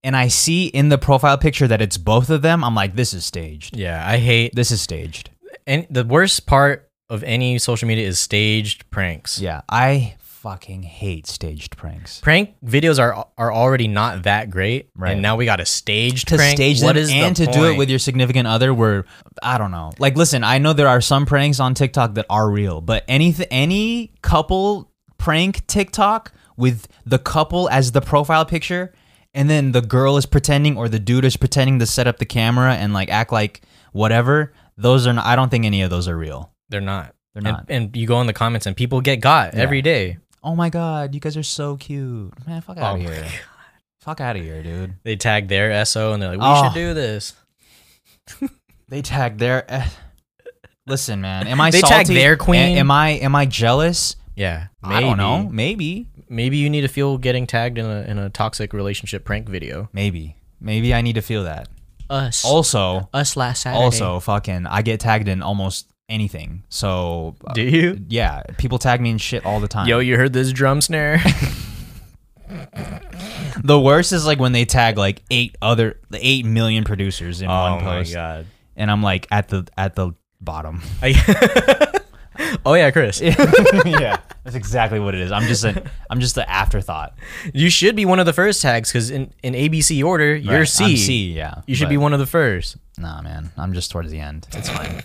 [SPEAKER 1] and I see in the profile picture that it's both of them, I'm like, this is staged.
[SPEAKER 2] Yeah, I hate.
[SPEAKER 1] This is staged.
[SPEAKER 2] And the worst part of any social media is staged pranks.
[SPEAKER 1] Yeah, I fucking hate staged pranks.
[SPEAKER 2] Prank videos are are already not that great,
[SPEAKER 1] Right.
[SPEAKER 2] and now we got a staged
[SPEAKER 1] To
[SPEAKER 2] prank.
[SPEAKER 1] stage
[SPEAKER 2] What
[SPEAKER 1] them
[SPEAKER 2] is the
[SPEAKER 1] and to do it
[SPEAKER 2] point?
[SPEAKER 1] with your significant other, where I don't know. Like, listen, I know there are some pranks on TikTok that are real, but any any couple prank TikTok with the couple as the profile picture, and then the girl is pretending or the dude is pretending to set up the camera and like act like whatever. Those are not, I don't think any of those are real.
[SPEAKER 2] They're not.
[SPEAKER 1] They're
[SPEAKER 2] And-
[SPEAKER 1] not.
[SPEAKER 2] And, you go in the comments and people get got every day. Oh
[SPEAKER 1] oh my god, you guys are so cute, man! Fuck out of here, fuck out of here, dude.
[SPEAKER 2] They tag their SO and they're like, we
[SPEAKER 1] Oh.
[SPEAKER 2] should do this.
[SPEAKER 1] They tag their. eh. Listen, man. Am I
[SPEAKER 2] They
[SPEAKER 1] salty?
[SPEAKER 2] tag their
[SPEAKER 1] A-
[SPEAKER 2] queen?
[SPEAKER 1] am I am I jealous?
[SPEAKER 2] Yeah.
[SPEAKER 1] I don't know. Maybe.
[SPEAKER 2] Maybe you need to feel getting tagged in a in a toxic relationship prank video.
[SPEAKER 1] Maybe. Maybe I need to feel that.
[SPEAKER 2] Us.
[SPEAKER 1] Also,
[SPEAKER 2] us last Saturday.
[SPEAKER 1] also fucking I get tagged in almost anything. So uh,
[SPEAKER 2] Do you?
[SPEAKER 1] yeah, people tag me in shit all the time.
[SPEAKER 2] Yo, you heard this drum snare?
[SPEAKER 1] the worst is like when they tag like eight other 8 million producers in one post.
[SPEAKER 2] Oh god.
[SPEAKER 1] And I'm like at the at the bottom.
[SPEAKER 2] I- oh yeah, Chris.
[SPEAKER 1] yeah. That's exactly what it is. I'm just an I'm just the afterthought.
[SPEAKER 2] You should be one of the first tags because in, in ABC order, you're
[SPEAKER 1] Right,
[SPEAKER 2] C.
[SPEAKER 1] I'm C, yeah.
[SPEAKER 2] You should
[SPEAKER 1] but-
[SPEAKER 2] be one of the first.
[SPEAKER 1] Nah, man, I'm just towards the end. It's fine.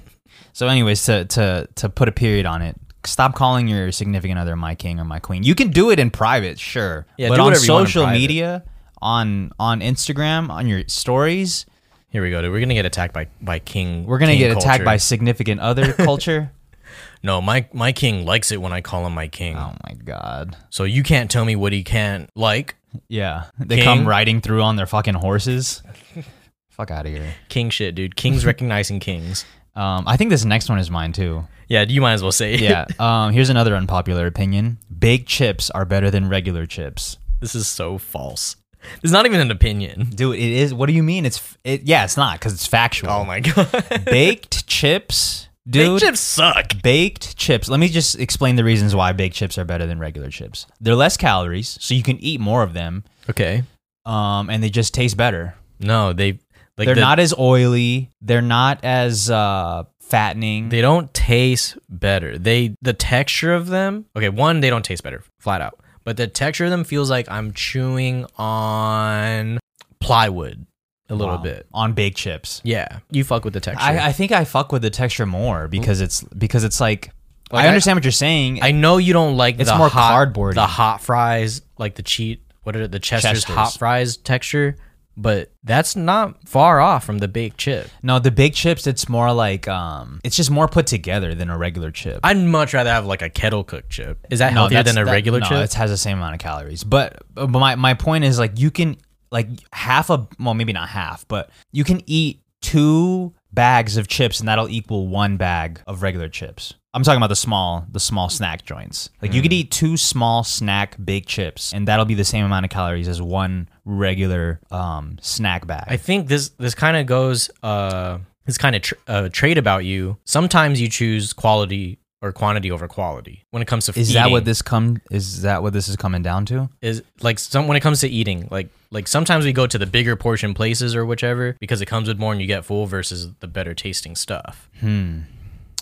[SPEAKER 1] so, anyways, to to to put a period on it, stop calling your significant other my king or my queen. You can do it in private, sure.
[SPEAKER 2] Yeah,
[SPEAKER 1] but
[SPEAKER 2] do
[SPEAKER 1] on
[SPEAKER 2] whatever you want in
[SPEAKER 1] social
[SPEAKER 2] private.
[SPEAKER 1] media, on on Instagram, on your stories,
[SPEAKER 2] Here we go. Dude. We're gonna get attacked by by King.
[SPEAKER 1] we're gonna
[SPEAKER 2] king
[SPEAKER 1] get attacked
[SPEAKER 2] culture.
[SPEAKER 1] by significant other culture.
[SPEAKER 2] No, my my king likes it when I call him my king.
[SPEAKER 1] Oh my god.
[SPEAKER 2] So you can't tell me what he can't like.
[SPEAKER 1] Yeah, they
[SPEAKER 2] King?
[SPEAKER 1] come riding through on their fucking horses. Fuck out of here.
[SPEAKER 2] King shit, dude. Kings recognizing kings.
[SPEAKER 1] Um, I think this next one is mine too.
[SPEAKER 2] Yeah, you might as well say it.
[SPEAKER 1] Yeah. um, here's another unpopular opinion: baked chips are better than regular chips.
[SPEAKER 2] This is so false. This is not even an opinion.
[SPEAKER 1] Dude, it is. What do you mean? It's f- it. Yeah, it's not because it's factual.
[SPEAKER 2] Oh my god.
[SPEAKER 1] Baked chips, dude.
[SPEAKER 2] Baked chips suck.
[SPEAKER 1] Baked chips. Let me just explain the reasons why baked chips are better than regular chips. They're less calories, so you can eat more of them,
[SPEAKER 2] Okay.
[SPEAKER 1] um, and they just taste better.
[SPEAKER 2] No, they like
[SPEAKER 1] they're
[SPEAKER 2] the-
[SPEAKER 1] not as oily. They're not as uh, fattening.
[SPEAKER 2] They don't taste better. They the texture of them. Okay, one they don't taste better, flat out. But the texture of them feels like I'm chewing on plywood a little
[SPEAKER 1] Wow.
[SPEAKER 2] bit.
[SPEAKER 1] um, on baked chips.
[SPEAKER 2] Yeah, you fuck with the texture.
[SPEAKER 1] I, I think I fuck with the texture more because it's because it's like,
[SPEAKER 2] Like,
[SPEAKER 1] I
[SPEAKER 2] I-
[SPEAKER 1] understand what you're saying.
[SPEAKER 2] I know you don't like
[SPEAKER 1] It's
[SPEAKER 2] the
[SPEAKER 1] more
[SPEAKER 2] hot,
[SPEAKER 1] cardboardy.
[SPEAKER 2] The hot fries, like the cheat, what are the Chester's,
[SPEAKER 1] Chester's.
[SPEAKER 2] hot fries texture, but that's not far off from the baked chip.
[SPEAKER 1] no, the baked chips, it's more like um, it's just more put together than a regular chip.
[SPEAKER 2] I'd much rather have like a kettle cooked chip. Is that healthier
[SPEAKER 1] that's-
[SPEAKER 2] than a
[SPEAKER 1] that-
[SPEAKER 2] regular
[SPEAKER 1] no,
[SPEAKER 2] chip?
[SPEAKER 1] It has the same amount of calories. But, but my, my point is like you can like half a well maybe not half, but you can eat two bags of chips and that'll equal one bag of regular chips. I'm talking about the small, the small snack joints. Like you could eat two small snack big chips, and that'll be the same amount of calories as one regular um, snack bag.
[SPEAKER 2] I think this this kind of goes uh this kind of tr- uh, trait about you. Sometimes you choose quality or quantity over quality when it comes to
[SPEAKER 1] is that
[SPEAKER 2] eating.
[SPEAKER 1] what this come? Is that what this is coming down to?
[SPEAKER 2] is like some when it comes to eating like like sometimes we go to the bigger portion places or whichever because it comes with more and you get full versus the better tasting stuff. Hmm.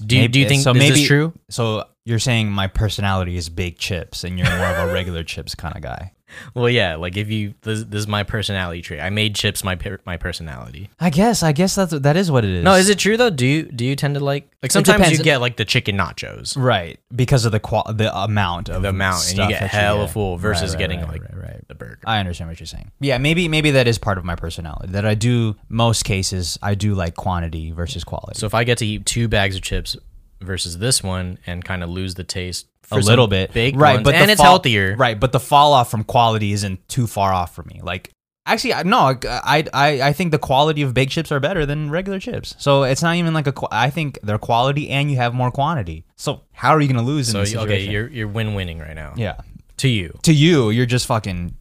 [SPEAKER 2] Do you, do you
[SPEAKER 1] Maybe-
[SPEAKER 2] think
[SPEAKER 1] eh, so
[SPEAKER 2] is
[SPEAKER 1] maybe-
[SPEAKER 2] this true?
[SPEAKER 1] So you're saying my personality is big chips, and you're more of a regular chips kind of guy.
[SPEAKER 2] Well, yeah. Like if you this, this is my personality trait. I made chips my per- my personality.
[SPEAKER 1] I guess. I guess that's that is what it is.
[SPEAKER 2] No, is it true though? Do you do you tend to like like sometimes you
[SPEAKER 1] depends.
[SPEAKER 2] get like the chicken nachos,
[SPEAKER 1] right because of the qual- the amount of
[SPEAKER 2] the amount, and you
[SPEAKER 1] stuff
[SPEAKER 2] get
[SPEAKER 1] that
[SPEAKER 2] hella
[SPEAKER 1] get.
[SPEAKER 2] full versus
[SPEAKER 1] right,
[SPEAKER 2] getting
[SPEAKER 1] right,
[SPEAKER 2] like
[SPEAKER 1] right, right.
[SPEAKER 2] the burger.
[SPEAKER 1] I understand what you're saying. Yeah, maybe maybe that is part of my personality that I do most cases I do like quantity versus quality.
[SPEAKER 2] So if I get to eat two bags of chips versus this one and kind of lose the taste for
[SPEAKER 1] a
[SPEAKER 2] some
[SPEAKER 1] little bit,
[SPEAKER 2] big
[SPEAKER 1] right?
[SPEAKER 2] ones,
[SPEAKER 1] but the
[SPEAKER 2] and it's
[SPEAKER 1] fall-
[SPEAKER 2] healthier.
[SPEAKER 1] right? But the fall off from quality isn't too far off for me. Like actually, I- no, I I I think the quality of baked chips are better than regular chips. So it's not even like a. qu- I think they're quality and you have more quantity. So how are you gonna lose in
[SPEAKER 2] So
[SPEAKER 1] this
[SPEAKER 2] you- okay,
[SPEAKER 1] situation?
[SPEAKER 2] you're you're win winning right now.
[SPEAKER 1] yeah.
[SPEAKER 2] To you,
[SPEAKER 1] To you, you're just fucking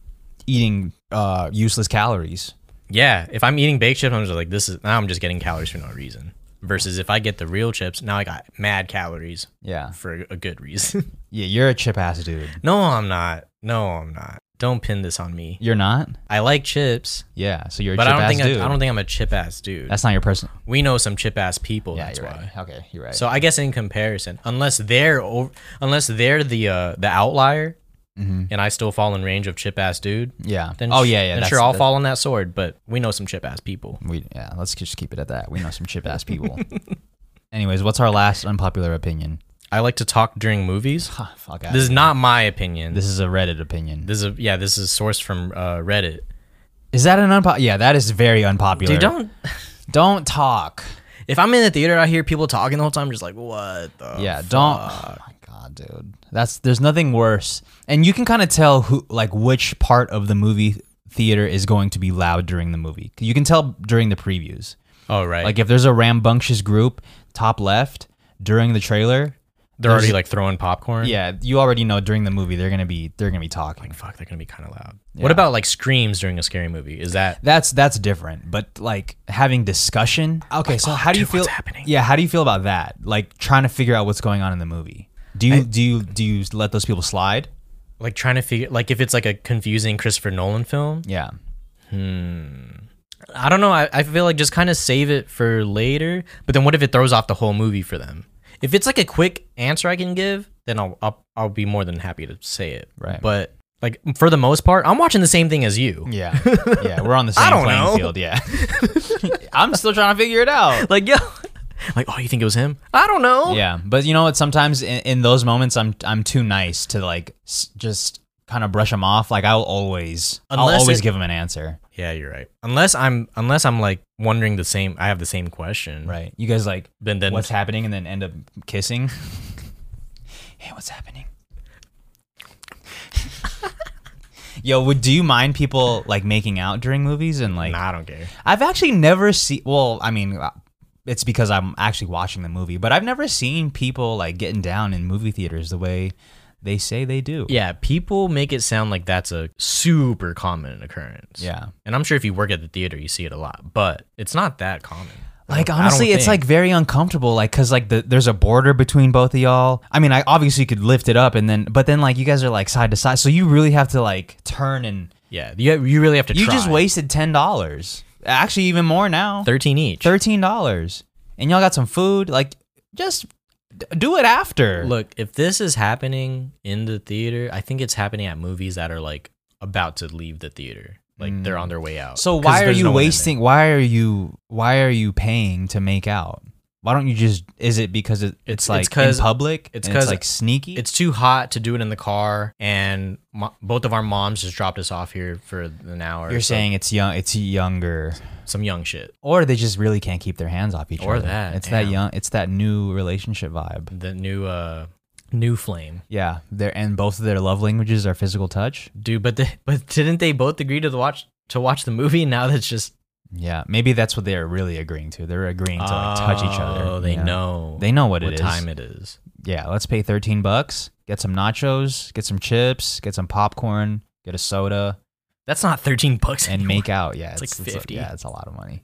[SPEAKER 1] eating uh, useless calories.
[SPEAKER 2] yeah. If I'm eating baked chips, I'm just like this is now I'm just getting calories for no reason. Versus if I get the real chips, now I got mad calories
[SPEAKER 1] Yeah.
[SPEAKER 2] for a good reason.
[SPEAKER 1] Yeah, you're a chip ass dude.
[SPEAKER 2] no, I'm not. No, I'm not. Don't pin this on me.
[SPEAKER 1] You're not.
[SPEAKER 2] I like chips,
[SPEAKER 1] Yeah, so you're a
[SPEAKER 2] but
[SPEAKER 1] chip
[SPEAKER 2] I don't
[SPEAKER 1] ass
[SPEAKER 2] think
[SPEAKER 1] dude.
[SPEAKER 2] I, I don't think I'm a chip ass dude.
[SPEAKER 1] That's not your person.
[SPEAKER 2] we know some chip ass people.
[SPEAKER 1] Yeah,
[SPEAKER 2] that's
[SPEAKER 1] you're
[SPEAKER 2] why.
[SPEAKER 1] right. Okay, you're right.
[SPEAKER 2] So I guess in comparison, unless they're over, unless they're the uh, the outlier, and I still fall in range of chip ass dude,
[SPEAKER 1] yeah.
[SPEAKER 2] then
[SPEAKER 1] Mm-hmm. oh
[SPEAKER 2] sh-
[SPEAKER 1] yeah, yeah.
[SPEAKER 2] then
[SPEAKER 1] that's-
[SPEAKER 2] sure I'll
[SPEAKER 1] that-
[SPEAKER 2] fall on that sword. But we know some chip ass people.
[SPEAKER 1] We yeah. Let's just keep it at that. We know some chip ass people. Anyways, what's our last unpopular opinion?
[SPEAKER 2] I like to talk during movies.
[SPEAKER 1] Ah, fuck out.
[SPEAKER 2] This
[SPEAKER 1] This,
[SPEAKER 2] is not my opinion. This,
[SPEAKER 1] this is a Reddit opinion.
[SPEAKER 2] is a yeah. This is sourced from uh, Reddit.
[SPEAKER 1] is that an unpopular? Yeah, that is very unpopular.
[SPEAKER 2] Dude, don't.
[SPEAKER 1] don't talk.
[SPEAKER 2] If I'm in the theater, I hear people talking the whole time. I'm just like, what the?
[SPEAKER 1] yeah, don't. Oh my god, dude. That's there's nothing worse, and you can kind of tell who like which part of the movie theater is going to be loud during the movie. You can tell during the previews.
[SPEAKER 2] Oh right.
[SPEAKER 1] Like if there's a rambunctious group top left during the trailer,
[SPEAKER 2] they're already like throwing popcorn.
[SPEAKER 1] yeah, you already know during the movie they're gonna be they're gonna be talking.
[SPEAKER 2] Fuck, they're gonna be kind of loud. What about like screams during a scary movie? Is that
[SPEAKER 1] That's that's different, but like having discussion. Okay, so how do you
[SPEAKER 2] dude, what's
[SPEAKER 1] feel?
[SPEAKER 2] happening?
[SPEAKER 1] Yeah, how do you feel about that? Like trying to figure out what's going on in the movie. Do you do you do you let those people slide?
[SPEAKER 2] like trying to figure like if it's like a confusing Christopher Nolan film?
[SPEAKER 1] Yeah,
[SPEAKER 2] I don't know. I, I feel like just kind of save it for later. But then what if it throws off the whole movie for them? If it's like a quick answer I can give, then I'll I'll, I'll be more than happy to say it.
[SPEAKER 1] Right.
[SPEAKER 2] But like for the most part, I'm watching the same thing as you.
[SPEAKER 1] yeah, yeah. We're on the same
[SPEAKER 2] don't
[SPEAKER 1] playing
[SPEAKER 2] know.
[SPEAKER 1] field. Yeah, I'm still trying to figure it out.
[SPEAKER 2] Like yo, like oh, you think it was him? I don't know.
[SPEAKER 1] Yeah, but you know what? Sometimes in, in those moments, I'm I'm too nice to like s- just kind of brush them off. Like I'll always, I'll
[SPEAKER 2] Unless
[SPEAKER 1] always
[SPEAKER 2] it-
[SPEAKER 1] give them an answer.
[SPEAKER 2] Yeah, you're right. Unless I'm unless I'm like wondering the same. I have the same question.
[SPEAKER 1] Right? You guys like
[SPEAKER 2] Then then
[SPEAKER 1] what's happening, and then end up kissing. hey, what's happening? Yo, would do you mind people like making out during movies and like?
[SPEAKER 2] Nah, I don't care.
[SPEAKER 1] I've actually never seen. Well, I mean, uh, it's because I'm actually watching the movie, but I've never seen people like getting down in movie theaters the way they say they do.
[SPEAKER 2] Yeah, people make it sound like that's a super common occurrence.
[SPEAKER 1] Yeah.
[SPEAKER 2] And I'm sure if you work at the theater, you see it a lot, but it's not that common. I
[SPEAKER 1] Like
[SPEAKER 2] don't- I don't
[SPEAKER 1] honestly, it's
[SPEAKER 2] think.
[SPEAKER 1] like very uncomfortable. Like, cause like the, there's a border between both of y'all. I mean, I obviously could lift it up, and then but then like you guys are like side to side, so you really have to like turn and
[SPEAKER 2] yeah, you, you really have to.
[SPEAKER 1] you
[SPEAKER 2] try.
[SPEAKER 1] just wasted ten dollars. Actually, even more now,
[SPEAKER 2] thirteen each.
[SPEAKER 1] thirteen dollars, and y'all got some food. Like, just d- do it after.
[SPEAKER 2] Look, if this is happening in the theater, I think it's happening at movies that are like about to leave the theater, like they're on their way out.
[SPEAKER 1] Mm. So
[SPEAKER 2] 'Cause
[SPEAKER 1] why are
[SPEAKER 2] there's
[SPEAKER 1] you
[SPEAKER 2] no one in there.
[SPEAKER 1] wasting? Why are you? Why are you paying to make out? Why don't you just? Is it because it, it's,
[SPEAKER 2] It's-
[SPEAKER 1] like
[SPEAKER 2] it's 'cause-
[SPEAKER 1] in public?
[SPEAKER 2] it's
[SPEAKER 1] and it's
[SPEAKER 2] 'cause
[SPEAKER 1] like sneaky.
[SPEAKER 2] It's too hot to do it in the car, and mo- both of our moms just dropped us off here for an hour.
[SPEAKER 1] you're
[SPEAKER 2] so
[SPEAKER 1] saying it's young. It's younger,
[SPEAKER 2] some young shit.
[SPEAKER 1] or they just really can't keep their hands off each
[SPEAKER 2] Or
[SPEAKER 1] other.
[SPEAKER 2] that,
[SPEAKER 1] It's that
[SPEAKER 2] damn.
[SPEAKER 1] young. It's that new relationship vibe.
[SPEAKER 2] The new, uh, new flame.
[SPEAKER 1] Yeah, their and both of their love languages are physical touch.
[SPEAKER 2] Dude, but the, but didn't they both agree to the watch to watch the movie? Now that's just
[SPEAKER 1] Yeah, maybe that's what they're really agreeing to. They're agreeing to like, touch each other.
[SPEAKER 2] Oh, they
[SPEAKER 1] yeah.
[SPEAKER 2] know.
[SPEAKER 1] They know what,
[SPEAKER 2] what
[SPEAKER 1] it is.
[SPEAKER 2] time it is.
[SPEAKER 1] Yeah, let's pay thirteen bucks. Get some nachos. Get some chips. Get some popcorn. Get a soda
[SPEAKER 2] That's not thirteen bucks
[SPEAKER 1] and
[SPEAKER 2] anymore.
[SPEAKER 1] make out. Yeah,
[SPEAKER 2] It's like
[SPEAKER 1] a-
[SPEAKER 2] 50.
[SPEAKER 1] yeah, it's a lot of money.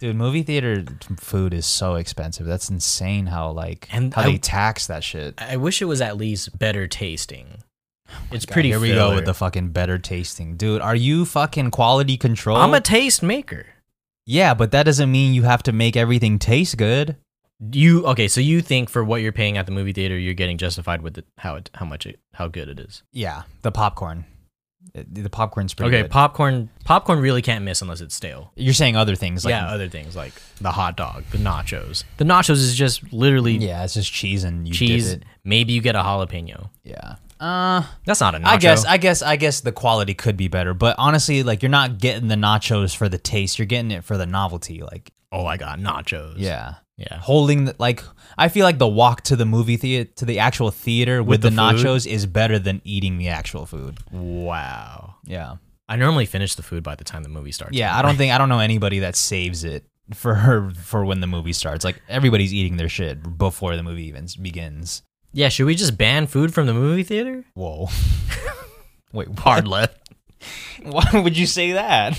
[SPEAKER 1] Dude, movie theater food is so expensive. That's insane how like
[SPEAKER 2] And
[SPEAKER 1] how
[SPEAKER 2] I-
[SPEAKER 1] they tax that shit.
[SPEAKER 2] I wish it was at least better tasting. it's
[SPEAKER 1] Oh God,
[SPEAKER 2] pretty.
[SPEAKER 1] Here we go
[SPEAKER 2] filler.
[SPEAKER 1] with the fucking better tasting, dude. Are you fucking quality control?
[SPEAKER 2] I'm a taste maker.
[SPEAKER 1] yeah, but that doesn't mean you have to make everything taste good.
[SPEAKER 2] You okay? So you think for what you're paying at the movie theater, you're getting justified with it, how it, how much it, how good it is.
[SPEAKER 1] Yeah, the popcorn. Uh, The popcorn's pretty
[SPEAKER 2] Okay,
[SPEAKER 1] good.
[SPEAKER 2] popcorn. Popcorn really can't miss unless it's stale.
[SPEAKER 1] You're saying other things like
[SPEAKER 2] yeah, other things like the hot dog, the nachos. The nachos is just literally
[SPEAKER 1] Yeah, it's just cheese and you dip
[SPEAKER 2] cheese.
[SPEAKER 1] it.
[SPEAKER 2] Maybe you get a jalapeno.
[SPEAKER 1] Yeah. Uh
[SPEAKER 2] That's not a nacho.
[SPEAKER 1] I guess I guess I guess the quality could be better, but honestly, like you're not getting the nachos for the taste, you're getting it for the novelty. Like
[SPEAKER 2] oh, I got nachos.
[SPEAKER 1] yeah.
[SPEAKER 2] yeah.
[SPEAKER 1] Holding the, like I feel like the walk to the movie theater to the actual theater with,
[SPEAKER 2] With
[SPEAKER 1] the,
[SPEAKER 2] the food?
[SPEAKER 1] nachos is better than eating the actual food.
[SPEAKER 2] Wow.
[SPEAKER 1] Yeah.
[SPEAKER 2] I normally finish the food by the time the movie starts.
[SPEAKER 1] Yeah, I don't think I don't know anybody that saves it for for when the movie starts. Like everybody's eating their shit before the movie even begins.
[SPEAKER 2] Yeah, should we just ban food from the movie theater?
[SPEAKER 1] Whoa. Wait,
[SPEAKER 2] Hard left.
[SPEAKER 1] why would you say that?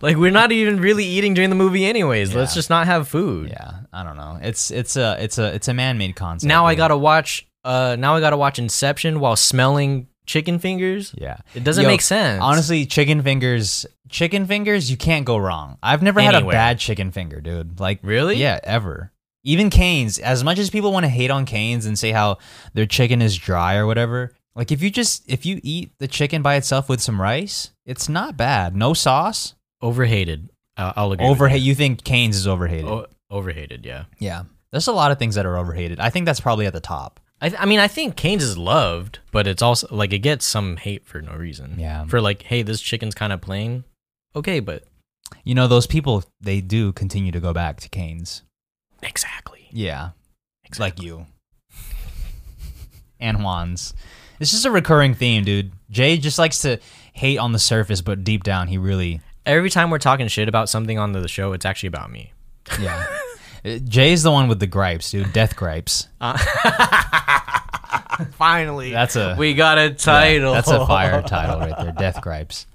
[SPEAKER 2] Like we're not even really eating during the movie anyways. Let's
[SPEAKER 1] Yeah.
[SPEAKER 2] just not have food.
[SPEAKER 1] Yeah, I don't know. It's it's a it's a it's a man-made concept.
[SPEAKER 2] Now I
[SPEAKER 1] dude.
[SPEAKER 2] gotta watch. Uh, now I gotta watch Inception while smelling chicken fingers.
[SPEAKER 1] Yeah.
[SPEAKER 2] It doesn't
[SPEAKER 1] Yo,
[SPEAKER 2] make sense.
[SPEAKER 1] Honestly, chicken fingers, chicken fingers, you can't go wrong. I've never had a
[SPEAKER 2] Anywhere.
[SPEAKER 1] bad chicken finger, dude. Like
[SPEAKER 2] Really?
[SPEAKER 1] Yeah, ever. Even Canes, as much as people want to hate on Canes and say how their chicken is dry or whatever, like if you just if you eat the chicken by itself with some rice, it's not bad. No sauce.
[SPEAKER 2] overhated. Uh, I'll agree. with
[SPEAKER 1] Overhead you think Canes is overhated.
[SPEAKER 2] you. O- overhated. Yeah.
[SPEAKER 1] Yeah. There's a lot of things that are overhated. I think that's probably at the top.
[SPEAKER 2] I, th- I mean, I think Canes is loved, but it's also like it gets some hate for no reason.
[SPEAKER 1] Yeah.
[SPEAKER 2] For like, hey, this chicken's kind of plain. Okay, but
[SPEAKER 1] You know, those people they do continue to go back to Canes.
[SPEAKER 2] exactly.
[SPEAKER 1] Yeah.
[SPEAKER 2] exactly.
[SPEAKER 1] like you and Juan's. This is a recurring theme, dude. Jay just likes to hate on the surface, but deep down, he really
[SPEAKER 2] every time we're talking shit about something on the show, it's actually about me.
[SPEAKER 1] yeah. Uh, Jay's the one with the gripes, dude. Death gripes.
[SPEAKER 2] Uh, Finally,
[SPEAKER 1] That's a-
[SPEAKER 2] we got a title.
[SPEAKER 1] That's a fire title right there. Death gripes.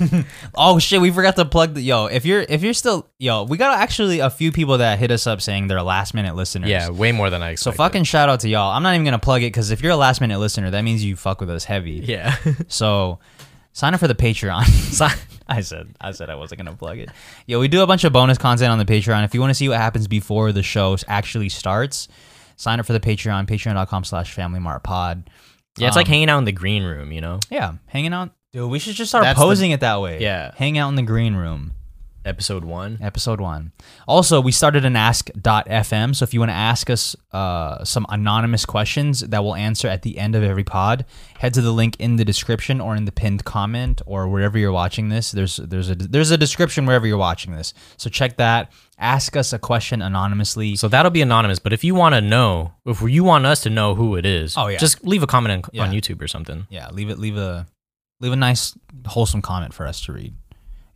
[SPEAKER 1] oh shit, we forgot to plug the yo. If you're if you're still yo, we got actually a few people that hit us up saying they're last minute listeners.
[SPEAKER 2] Yeah, way more than I
[SPEAKER 1] So
[SPEAKER 2] expected.
[SPEAKER 1] fucking shout out to y'all. I'm not even gonna plug it because if you're a last minute listener, that means you fuck with us heavy.
[SPEAKER 2] yeah.
[SPEAKER 1] So sign up for the Patreon.
[SPEAKER 2] So-
[SPEAKER 1] I said I said I wasn't gonna plug it. Yeah, we do a bunch of bonus content on the Patreon. If you want to see what happens before the show actually starts, sign up for the Patreon, patreon.com slash familymartpod.
[SPEAKER 2] yeah, it's like hanging out in the green room, you know.
[SPEAKER 1] Yeah, hanging out. Dude, we should just start
[SPEAKER 2] That's the-
[SPEAKER 1] posing it that way.
[SPEAKER 2] Yeah.
[SPEAKER 1] Hang out in the green room.
[SPEAKER 2] Episode one.
[SPEAKER 1] Episode one. Also, we started an ask.fm. So if you want to ask us uh, some anonymous questions that we'll answer at the end of every pod, head to the link in the description or in the pinned comment or wherever you're watching this. There's there's a there's a description wherever you're watching this. So check that. Ask us a question anonymously.
[SPEAKER 2] So that'll be anonymous, but if you want to know, if you want us to know who it is,
[SPEAKER 1] Oh, yeah.
[SPEAKER 2] just leave a comment on,
[SPEAKER 1] Yeah.
[SPEAKER 2] on YouTube or something.
[SPEAKER 1] yeah, leave it leave a leave a nice wholesome comment for us to read.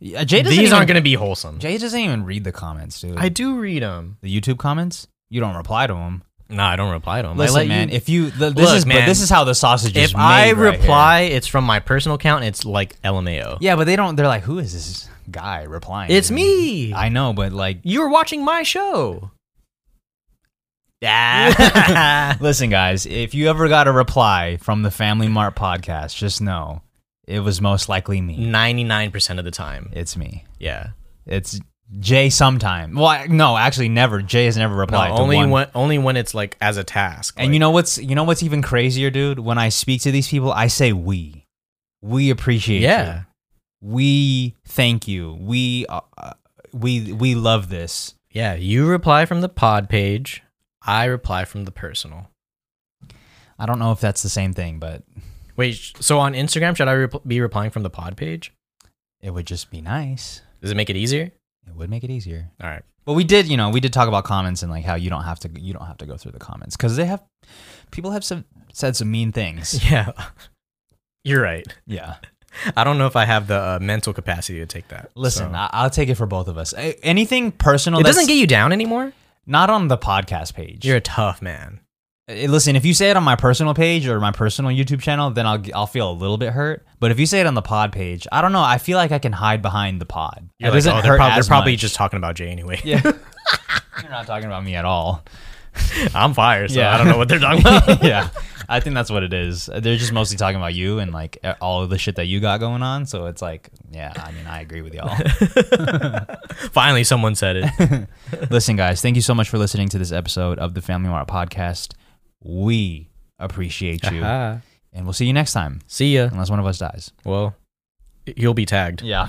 [SPEAKER 1] Yeah, Jay doesn't
[SPEAKER 2] These
[SPEAKER 1] even,
[SPEAKER 2] aren't going to be wholesome.
[SPEAKER 1] Jay doesn't even read the comments, dude.
[SPEAKER 2] I do read them.
[SPEAKER 1] the YouTube comments. You don't reply to them.
[SPEAKER 2] No, I don't reply to them.
[SPEAKER 1] Listen,
[SPEAKER 2] I let
[SPEAKER 1] man.
[SPEAKER 2] You,
[SPEAKER 1] If you th- this
[SPEAKER 2] Look,
[SPEAKER 1] is but
[SPEAKER 2] man,
[SPEAKER 1] this is how the sausage is
[SPEAKER 2] if
[SPEAKER 1] made.
[SPEAKER 2] I
[SPEAKER 1] right here.
[SPEAKER 2] reply, it's from my personal account. It's like LMAO.
[SPEAKER 1] yeah, but they don't. They're like, who is this guy replying?
[SPEAKER 2] It's
[SPEAKER 1] to
[SPEAKER 2] me.
[SPEAKER 1] I know, but like,
[SPEAKER 2] you were watching my show.
[SPEAKER 1] listen, guys. If you ever got a reply from the Family Mart podcast, just know it was most likely me.
[SPEAKER 2] Ninety-nine percent of the time.
[SPEAKER 1] It's me.
[SPEAKER 2] Yeah.
[SPEAKER 1] It's Jay. Sometime. Well, I- no, actually, never. Jay has never
[SPEAKER 2] No,
[SPEAKER 1] replied. to
[SPEAKER 2] only
[SPEAKER 1] one.
[SPEAKER 2] when only when it's like as a task.
[SPEAKER 1] And you know what's you know what's even crazier, dude? When I speak to these people, I say we. We appreciate you.
[SPEAKER 2] yeah,
[SPEAKER 1] we thank you. We uh, uh, we we love this.
[SPEAKER 2] yeah. You reply from the pod page. I reply from the personal.
[SPEAKER 1] I don't know if that's the same thing, but
[SPEAKER 2] Wait, sh- so on Instagram, should I rep- be replying from the pod page?
[SPEAKER 1] it would just be nice.
[SPEAKER 2] Does it make it easier?
[SPEAKER 1] It would make it easier.
[SPEAKER 2] All right.
[SPEAKER 1] But we did, you know, we did talk about comments and like how you don't have to you don't have to go through the comments cuz they have people have some said some mean things.
[SPEAKER 2] Yeah, you're right.
[SPEAKER 1] yeah.
[SPEAKER 2] I don't know if I have the uh, mental capacity to take that.
[SPEAKER 1] Listen,
[SPEAKER 2] so.
[SPEAKER 1] I- I'll take it for both of us. A- Anything personal
[SPEAKER 2] it
[SPEAKER 1] that's
[SPEAKER 2] doesn't get you down anymore.
[SPEAKER 1] not on the podcast page.
[SPEAKER 2] You're a tough man.
[SPEAKER 1] Eh, Listen, if you say it on my personal page or my personal YouTube channel, then I'll g- I'll feel a little bit hurt. But if you say it on the pod page, I don't know. I feel like I can hide behind the pod.
[SPEAKER 2] You're
[SPEAKER 1] it
[SPEAKER 2] like,
[SPEAKER 1] doesn't
[SPEAKER 2] oh,
[SPEAKER 1] hurt
[SPEAKER 2] they're, prob- they're
[SPEAKER 1] as
[SPEAKER 2] probably
[SPEAKER 1] much.
[SPEAKER 2] just talking about Jay anyway.
[SPEAKER 1] yeah. You're not talking about me at all.
[SPEAKER 2] I'm fired, so
[SPEAKER 1] Yeah.
[SPEAKER 2] I don't know what they're talking about.
[SPEAKER 1] yeah, I think that's what it is. They're just mostly talking about you and like e, all of the shit that you got going on. So it's like, yeah, I mean, I agree with y'all.
[SPEAKER 2] Finally, someone said it.
[SPEAKER 1] Listen, guys, thank you so much for listening to this episode of the Family Mart Podcast. We appreciate you,
[SPEAKER 2] Uh-huh.
[SPEAKER 1] and we'll see you next time,
[SPEAKER 2] See ya.
[SPEAKER 1] unless one of us dies.
[SPEAKER 2] Well, you'll be tagged.
[SPEAKER 1] Yeah,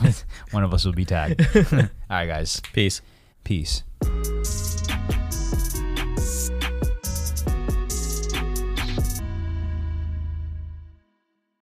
[SPEAKER 1] one of us will be tagged. all right, guys,
[SPEAKER 2] Peace.
[SPEAKER 1] peace.